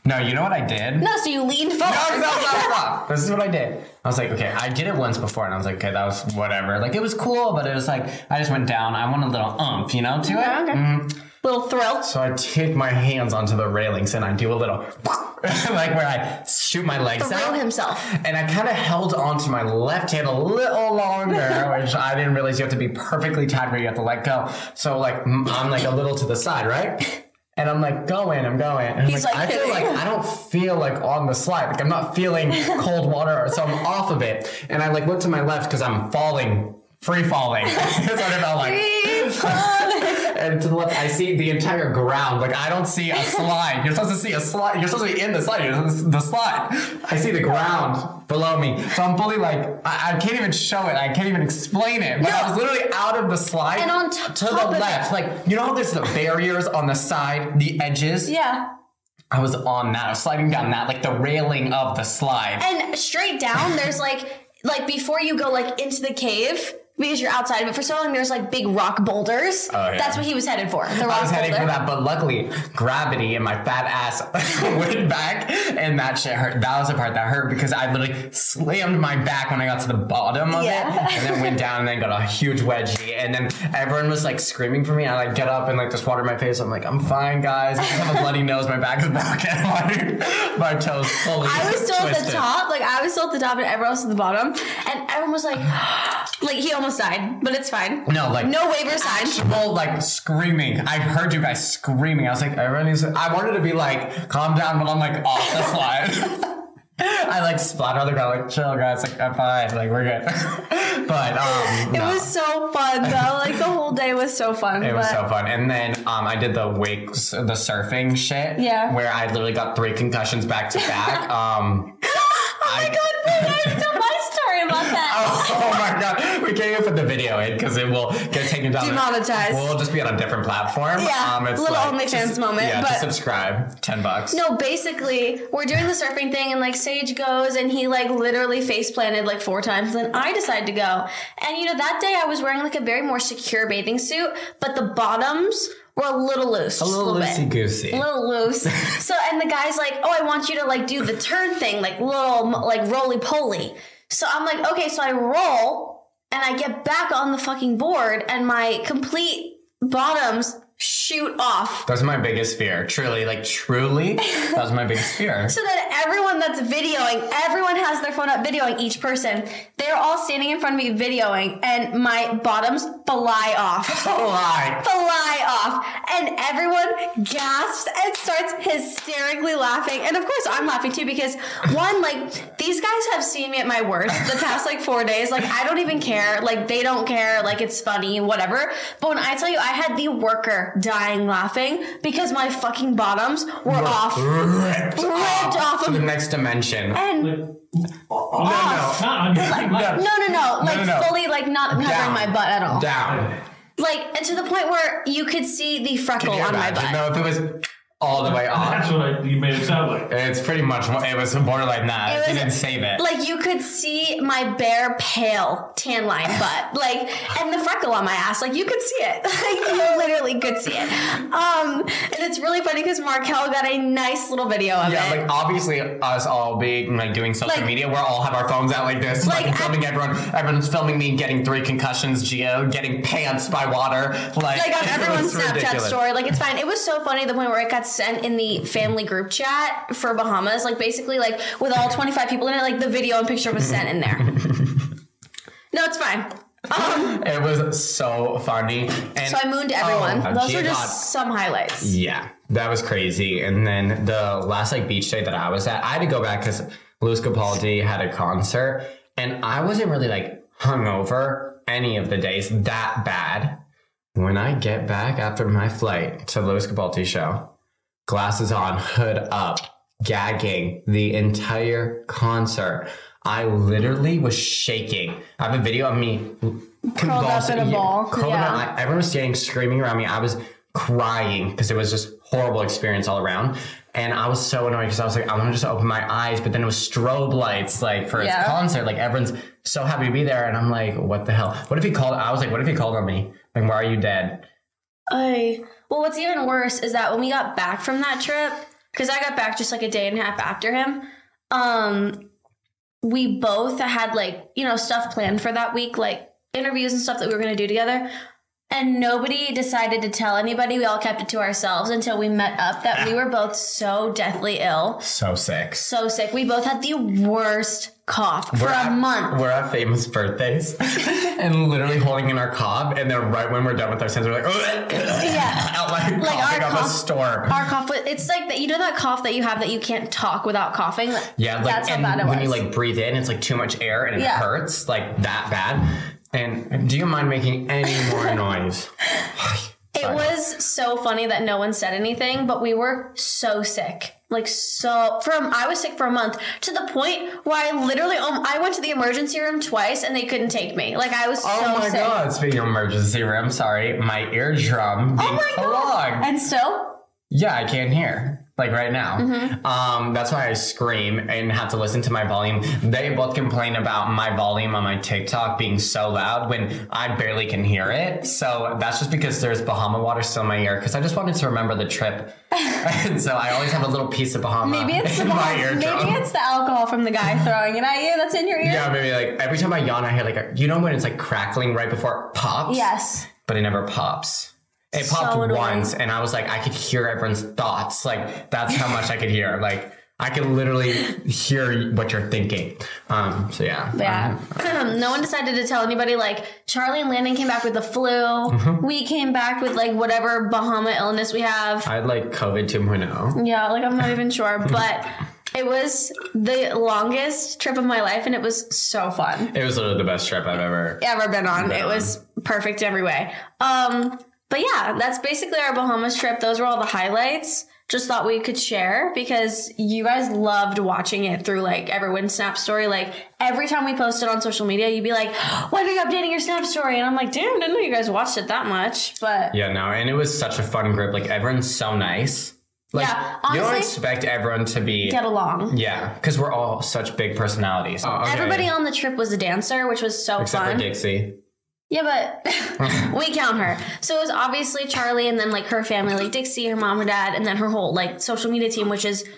Speaker 1: No, you know what I did?
Speaker 2: No, so you lean forward.
Speaker 1: No, no, no, no. This is what I did. I was like, okay, I did it once before, and I was like, okay, that was whatever. Like it was cool, but it was like I just went down. I want a little oomph, you know, to it.
Speaker 2: Okay. *laughs* Little thrill.
Speaker 1: So I take my hands onto the railings and I do a little *laughs* like where I shoot my legs
Speaker 2: Thrill
Speaker 1: out.
Speaker 2: himself.
Speaker 1: And I kind of held onto my left hand a little longer,
Speaker 2: *laughs*
Speaker 1: which I didn't realize you have to be perfectly tied where you have to let go. So like m- I'm like a little to the side, right? And I'm like going, I'm going. And I'm
Speaker 2: He's
Speaker 1: like,
Speaker 2: like,
Speaker 1: I feel like I don't feel like on the slide. Like I'm not
Speaker 2: *laughs*
Speaker 1: feeling cold water, so I'm off of it. And I like look to my left because I'm falling, free falling. *laughs* That's what it felt like
Speaker 2: *laughs*
Speaker 1: and to the left, I see the entire ground. Like I don't see
Speaker 2: *laughs*
Speaker 1: a slide. You're supposed to see a slide. You're supposed to be in the slide. You're supposed to see the slide. I see the ground below me. So I'm fully like I, I can't even show it. I can't even explain it. But I was literally out of the slide
Speaker 2: And on top
Speaker 1: to the
Speaker 2: of it-
Speaker 1: left. Like you know how there's the barriers on the side, the edges.
Speaker 2: yeah.
Speaker 1: I was on that. I was sliding down that, like the railing of the slide.
Speaker 2: And straight down, there's like like before you go like into the cave. Because you're outside, but for so long there's like big rock boulders.
Speaker 1: Oh, yeah.
Speaker 2: That's what he was headed for. The rock
Speaker 1: I was heading
Speaker 2: boulder.
Speaker 1: for that, but luckily gravity and my fat ass *laughs* went back, and that shit hurt. That was the part that hurt because I literally slammed my back when I got to the bottom of
Speaker 2: Yeah.
Speaker 1: it, and then went down and then got a huge wedgie, and then everyone was like screaming for me. I like get up and like just water my face. I'm like, I'm fine, guys. I just have a bloody nose. My back is *laughs* broken. *laughs* my toes fully.
Speaker 2: I was still at the
Speaker 1: twisted.
Speaker 2: top. Like I was still at the top, and everyone else at the bottom. And everyone was like, *gasps* like he almost died, but it's fine.
Speaker 1: No, like
Speaker 2: no waiver sign.
Speaker 1: Well, like screaming. I heard you guys screaming. I was like, everyone is. I wanted to be like, calm down, but I'm like off the slide. *laughs* I like splatter on the ground, like chill, guys. Like I'm fine. Like we're good. *laughs* but um,
Speaker 2: It
Speaker 1: no.
Speaker 2: was so fun though. Like the whole day was so fun.
Speaker 1: It was
Speaker 2: but-
Speaker 1: so fun. And then um, I did the wakes, the surfing shit.
Speaker 2: Yeah.
Speaker 1: Where I literally got three
Speaker 2: *laughs*
Speaker 1: concussions back to back. Um, *laughs*
Speaker 2: oh my god, Bree, I didn't tell my story about that.
Speaker 1: Oh my god, we can't even put the video in because it will get taken down.
Speaker 2: Demonetized.
Speaker 1: We'll just be on a different platform. Um,
Speaker 2: Yeah, little OnlyFans
Speaker 1: just-
Speaker 2: moment,
Speaker 1: Yeah,
Speaker 2: but-
Speaker 1: just subscribe, ten bucks.
Speaker 2: No, basically, we're doing the surfing thing, and like Sage goes, and he like literally face planted like four times. Then I decide to go, and you know that day I was wearing like a very more secure bathing suit, but the bottoms were a little loose,
Speaker 1: a little loosey
Speaker 2: bit.
Speaker 1: goosey.
Speaker 2: A little loose. so, and the guy's like, "Oh, I want you to like do the turn thing, like little like roly poly." So I'm like, "Okay." So I roll, and I get back on the fucking board, and my complete bottoms shoot off.
Speaker 1: That's my biggest fear. Truly, like truly, that was my biggest
Speaker 2: *laughs*
Speaker 1: fear.
Speaker 2: So that everyone that's videoing, everyone has their phone up videoing each person. They're all standing in front of me videoing, and my bottoms fly off.
Speaker 1: a lie.
Speaker 2: Fly off. And everyone gasps and starts hysterically laughing. And of course, I'm laughing too because, one, like, these guys have seen me at my worst the past like four days. Like, I don't even care. Like, they don't care. Like, it's funny, whatever. But when I tell you, I had the worker dying laughing because my fucking bottoms were off.
Speaker 1: Ripped,
Speaker 2: Ripped off
Speaker 1: to
Speaker 2: of-
Speaker 1: the next dimension.
Speaker 2: And
Speaker 5: Oh,
Speaker 1: Off.
Speaker 5: no, no. Not on your
Speaker 2: No, no, no. Like
Speaker 1: no, no.
Speaker 2: fully, like not
Speaker 1: Down.
Speaker 2: covering my butt at all.
Speaker 1: Down.
Speaker 2: Like and to the point where you could see the freckle on my butt.
Speaker 1: No, if it was all the way off.
Speaker 5: That's what I, you made it sound like.
Speaker 1: It's pretty much. It was borderline that.
Speaker 2: It
Speaker 1: It
Speaker 2: was-
Speaker 1: didn't save it.
Speaker 2: Like you could see my bare, pale, tan line butt, like, and the freckle on my ass. Like you could see it. *laughs* Like you literally could see it. Um, and it's really funny because Markel got a nice little video of
Speaker 1: yeah,
Speaker 2: it.
Speaker 1: like obviously us all being like doing social
Speaker 2: Like-
Speaker 1: media, we're all have our phones out like this,
Speaker 2: Like,
Speaker 1: like, filming everyone. Everyone's filming me getting three concussions, Geo getting pants by water, like,
Speaker 2: like
Speaker 1: *laughs*
Speaker 2: on
Speaker 1: it was
Speaker 2: everyone's Snapchat
Speaker 1: ridiculous.
Speaker 2: story. Like it's fine. It was so funny to the point where it got sent in the family group chat for Bahamas. Like basically, like with all twenty five people in it, like the video and picture was sent
Speaker 1: *laughs*
Speaker 2: in there. no, it's fine. Um,
Speaker 1: It was so funny. And
Speaker 2: so I mooned everyone.
Speaker 1: Oh,
Speaker 2: Those
Speaker 1: Gia
Speaker 2: are
Speaker 1: got-
Speaker 2: just some highlights.
Speaker 1: Yeah, that was crazy. And then the last like beach day that I was at, I had to go back because Luis Capaldi had a concert, and I wasn't really like hungover any of the days that bad. When I get back after my flight to Luis Capaldi show, glasses on, hood up, gagging the entire concert. I literally was shaking. I have a video of me curled
Speaker 2: in a ball.
Speaker 1: curled up.
Speaker 2: Yeah.
Speaker 1: I- everyone was standing screaming around me. I was crying because it was just horrible experience all around. And I was so annoyed because I was like, I want to just open my eyes, but then it was strobe lights like for
Speaker 2: Yeah.
Speaker 1: his concert. Like everyone's so happy to be there, and I'm like, what the hell? What if he called? I was like, what if he called on me? Like, why are you dead?
Speaker 2: I well, what's even worse is that when we got back from that trip, because I got back just like a day and a half after him, um, we both had like you know stuff planned for that week, like interviews and stuff that we were gonna do together. And nobody decided to tell anybody. We all kept it to ourselves until we met up that we were both so deathly ill,
Speaker 1: So sick.
Speaker 2: so sick. We both had the worst cough for a
Speaker 1: at-
Speaker 2: month.
Speaker 1: We're at famous
Speaker 2: *laughs*
Speaker 1: birthdays and literally holding in our cob, and then right when we're done with our sins, we're like, *laughs*
Speaker 2: Yeah.
Speaker 1: out like,
Speaker 2: Like
Speaker 1: coughing
Speaker 2: our
Speaker 1: up a
Speaker 2: cough-
Speaker 1: storm.
Speaker 2: Our cough, was- it's like that. You know that cough that you have that you can't talk without coughing.
Speaker 1: yeah, like
Speaker 2: that's how
Speaker 1: and
Speaker 2: bad it was.
Speaker 1: when you like breathe in, it's like too much air and it
Speaker 2: Yeah.
Speaker 1: hurts like that bad. And do you mind making any
Speaker 2: *laughs*
Speaker 1: more noise?
Speaker 2: It was so funny that no one said anything, but we were so sick. Like so from I was sick for a month to the point where I literally um, I went to the emergency room twice and they couldn't take me. Like I was
Speaker 1: Oh
Speaker 2: so
Speaker 1: my
Speaker 2: sick.
Speaker 1: god! Speaking of emergency room, sorry, my eardrum being
Speaker 2: Oh my
Speaker 1: clogged.
Speaker 2: god. And still
Speaker 1: Yeah, I can hear. Like right now.
Speaker 2: Mm-hmm.
Speaker 1: Um, that's why I scream and have to listen to my volume. They both complain about my volume on my TikTok being so loud when I barely can hear it. So that's just because there's Bahama water still in my ear because I just wanted to remember the
Speaker 2: *laughs*
Speaker 1: trip. and so I always have a little piece of Bahama
Speaker 2: maybe
Speaker 1: *laughs*
Speaker 2: it's the
Speaker 1: in my
Speaker 2: maybe
Speaker 1: eardrum.
Speaker 2: it's the alcohol from
Speaker 1: *laughs*
Speaker 2: the guy throwing it at you that's in your ear.
Speaker 1: yeah, maybe like every time I yawn, I hear like, a, you know, when it's like crackling right before it pops?
Speaker 2: Yes.
Speaker 1: but it never pops. It
Speaker 2: So
Speaker 1: popped
Speaker 2: annoying.
Speaker 1: once, and I was like, I could hear everyone's thoughts. Like that's how much I could hear. Like I could literally hear what you're thinking. Um, so yeah,
Speaker 2: Yeah.
Speaker 1: Uh-huh.
Speaker 2: *clears throat* no one decided to tell anybody. Like Charlie and Landon came back with the flu.
Speaker 1: Mm-hmm.
Speaker 2: We came back with like whatever Bahama illness we have.
Speaker 1: I had like COVID oh. 2.0.
Speaker 2: Yeah, like I'm not even sure,
Speaker 1: *laughs*
Speaker 2: but it was the longest trip of my life and it was so fun.
Speaker 1: It was literally the best trip I've ever.
Speaker 2: Ever been on. It was perfect every way. Um but yeah, that's basically our Bahamas trip. Those were all the highlights. just thought we could share because you guys loved watching it through like everyone's snap story. Like every time we posted on social media, you'd be like, *gasps* "When are you updating your snap story?" And I'm like, "Damn, didn't know you guys watched it that much." But
Speaker 1: Yeah, no, and it was such a fun group. Like everyone's so nice. Like
Speaker 2: Yeah,
Speaker 1: you don't
Speaker 2: honestly-
Speaker 1: expect everyone to be
Speaker 2: get along.
Speaker 1: Yeah, because we're all such big personalities.
Speaker 2: Everybody on the trip was a dancer, which was so
Speaker 1: except
Speaker 2: fun.
Speaker 1: for Dixie.
Speaker 2: Yeah, but *laughs* we count her. So it was obviously Charlie and then like her family, like Dixie, her mom, her dad, and then her whole like social media team, which is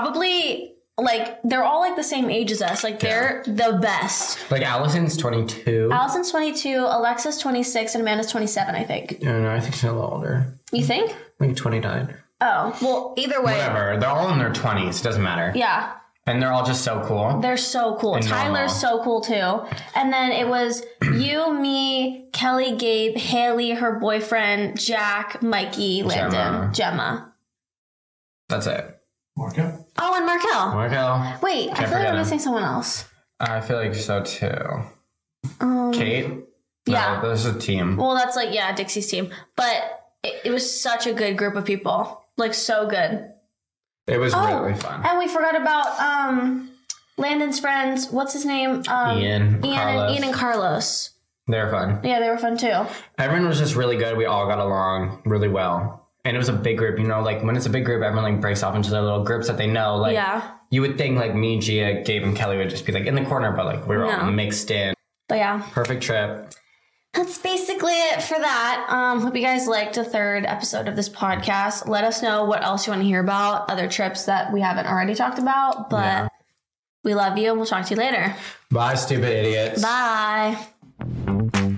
Speaker 2: probably like they're all like the same age as us. Like they're the best.
Speaker 1: Like Allison's twenty two.
Speaker 2: Allison's 22, Alexa's 26, and Amanda's 27, I think.
Speaker 1: Oh, no, no, I think she's a little older.
Speaker 2: You think?
Speaker 1: Like twenty nine.
Speaker 2: Oh, well, either way.
Speaker 1: Whatever. They're all in their twenties. Doesn't matter.
Speaker 2: Yeah,
Speaker 1: And they're all just so cool.
Speaker 2: They're so cool.
Speaker 1: And
Speaker 2: Tyler's so cool too. And then it was you, me, Kelly, Gabe, Haley, her boyfriend, Jack, Mikey, Landon, Gemma.
Speaker 1: That's it.
Speaker 5: Marco?
Speaker 2: Oh, and Markel.
Speaker 1: Marco.
Speaker 2: Wait, I feel like
Speaker 1: forget
Speaker 2: I'm
Speaker 1: him.
Speaker 2: missing someone else.
Speaker 1: I feel like so too. Kate. No,
Speaker 2: Um, yeah.
Speaker 1: there's a team.
Speaker 2: Well, that's like yeah, Dixie's team. But it, it was such a good group of people. Like so good.
Speaker 1: It was
Speaker 2: Oh,
Speaker 1: really fun.
Speaker 2: and we forgot about um Landon's friends. What's his name? Um,
Speaker 1: Ian,
Speaker 2: Ian,
Speaker 1: Carlos.
Speaker 2: and, Ian and Carlos.
Speaker 1: They're fun.
Speaker 2: Yeah, they were fun too.
Speaker 1: everyone was just really good. We all got along really well. And it was a big group, you know, like when it's a big group, everyone like breaks off into their little groups that they know. Like
Speaker 2: Yeah.
Speaker 1: you would think like me, Gia, Gabe, and Kelly would just be like in the corner, but like we were all
Speaker 2: No.
Speaker 1: mixed in.
Speaker 2: But yeah.
Speaker 1: Perfect trip.
Speaker 2: That's basically it for that. Um, hope you guys liked the third episode of this podcast. Let us know what else you want to hear about, other trips that we haven't already talked about. But we love you and we'll talk to you later.
Speaker 1: Bye, stupid idiots.
Speaker 2: Bye.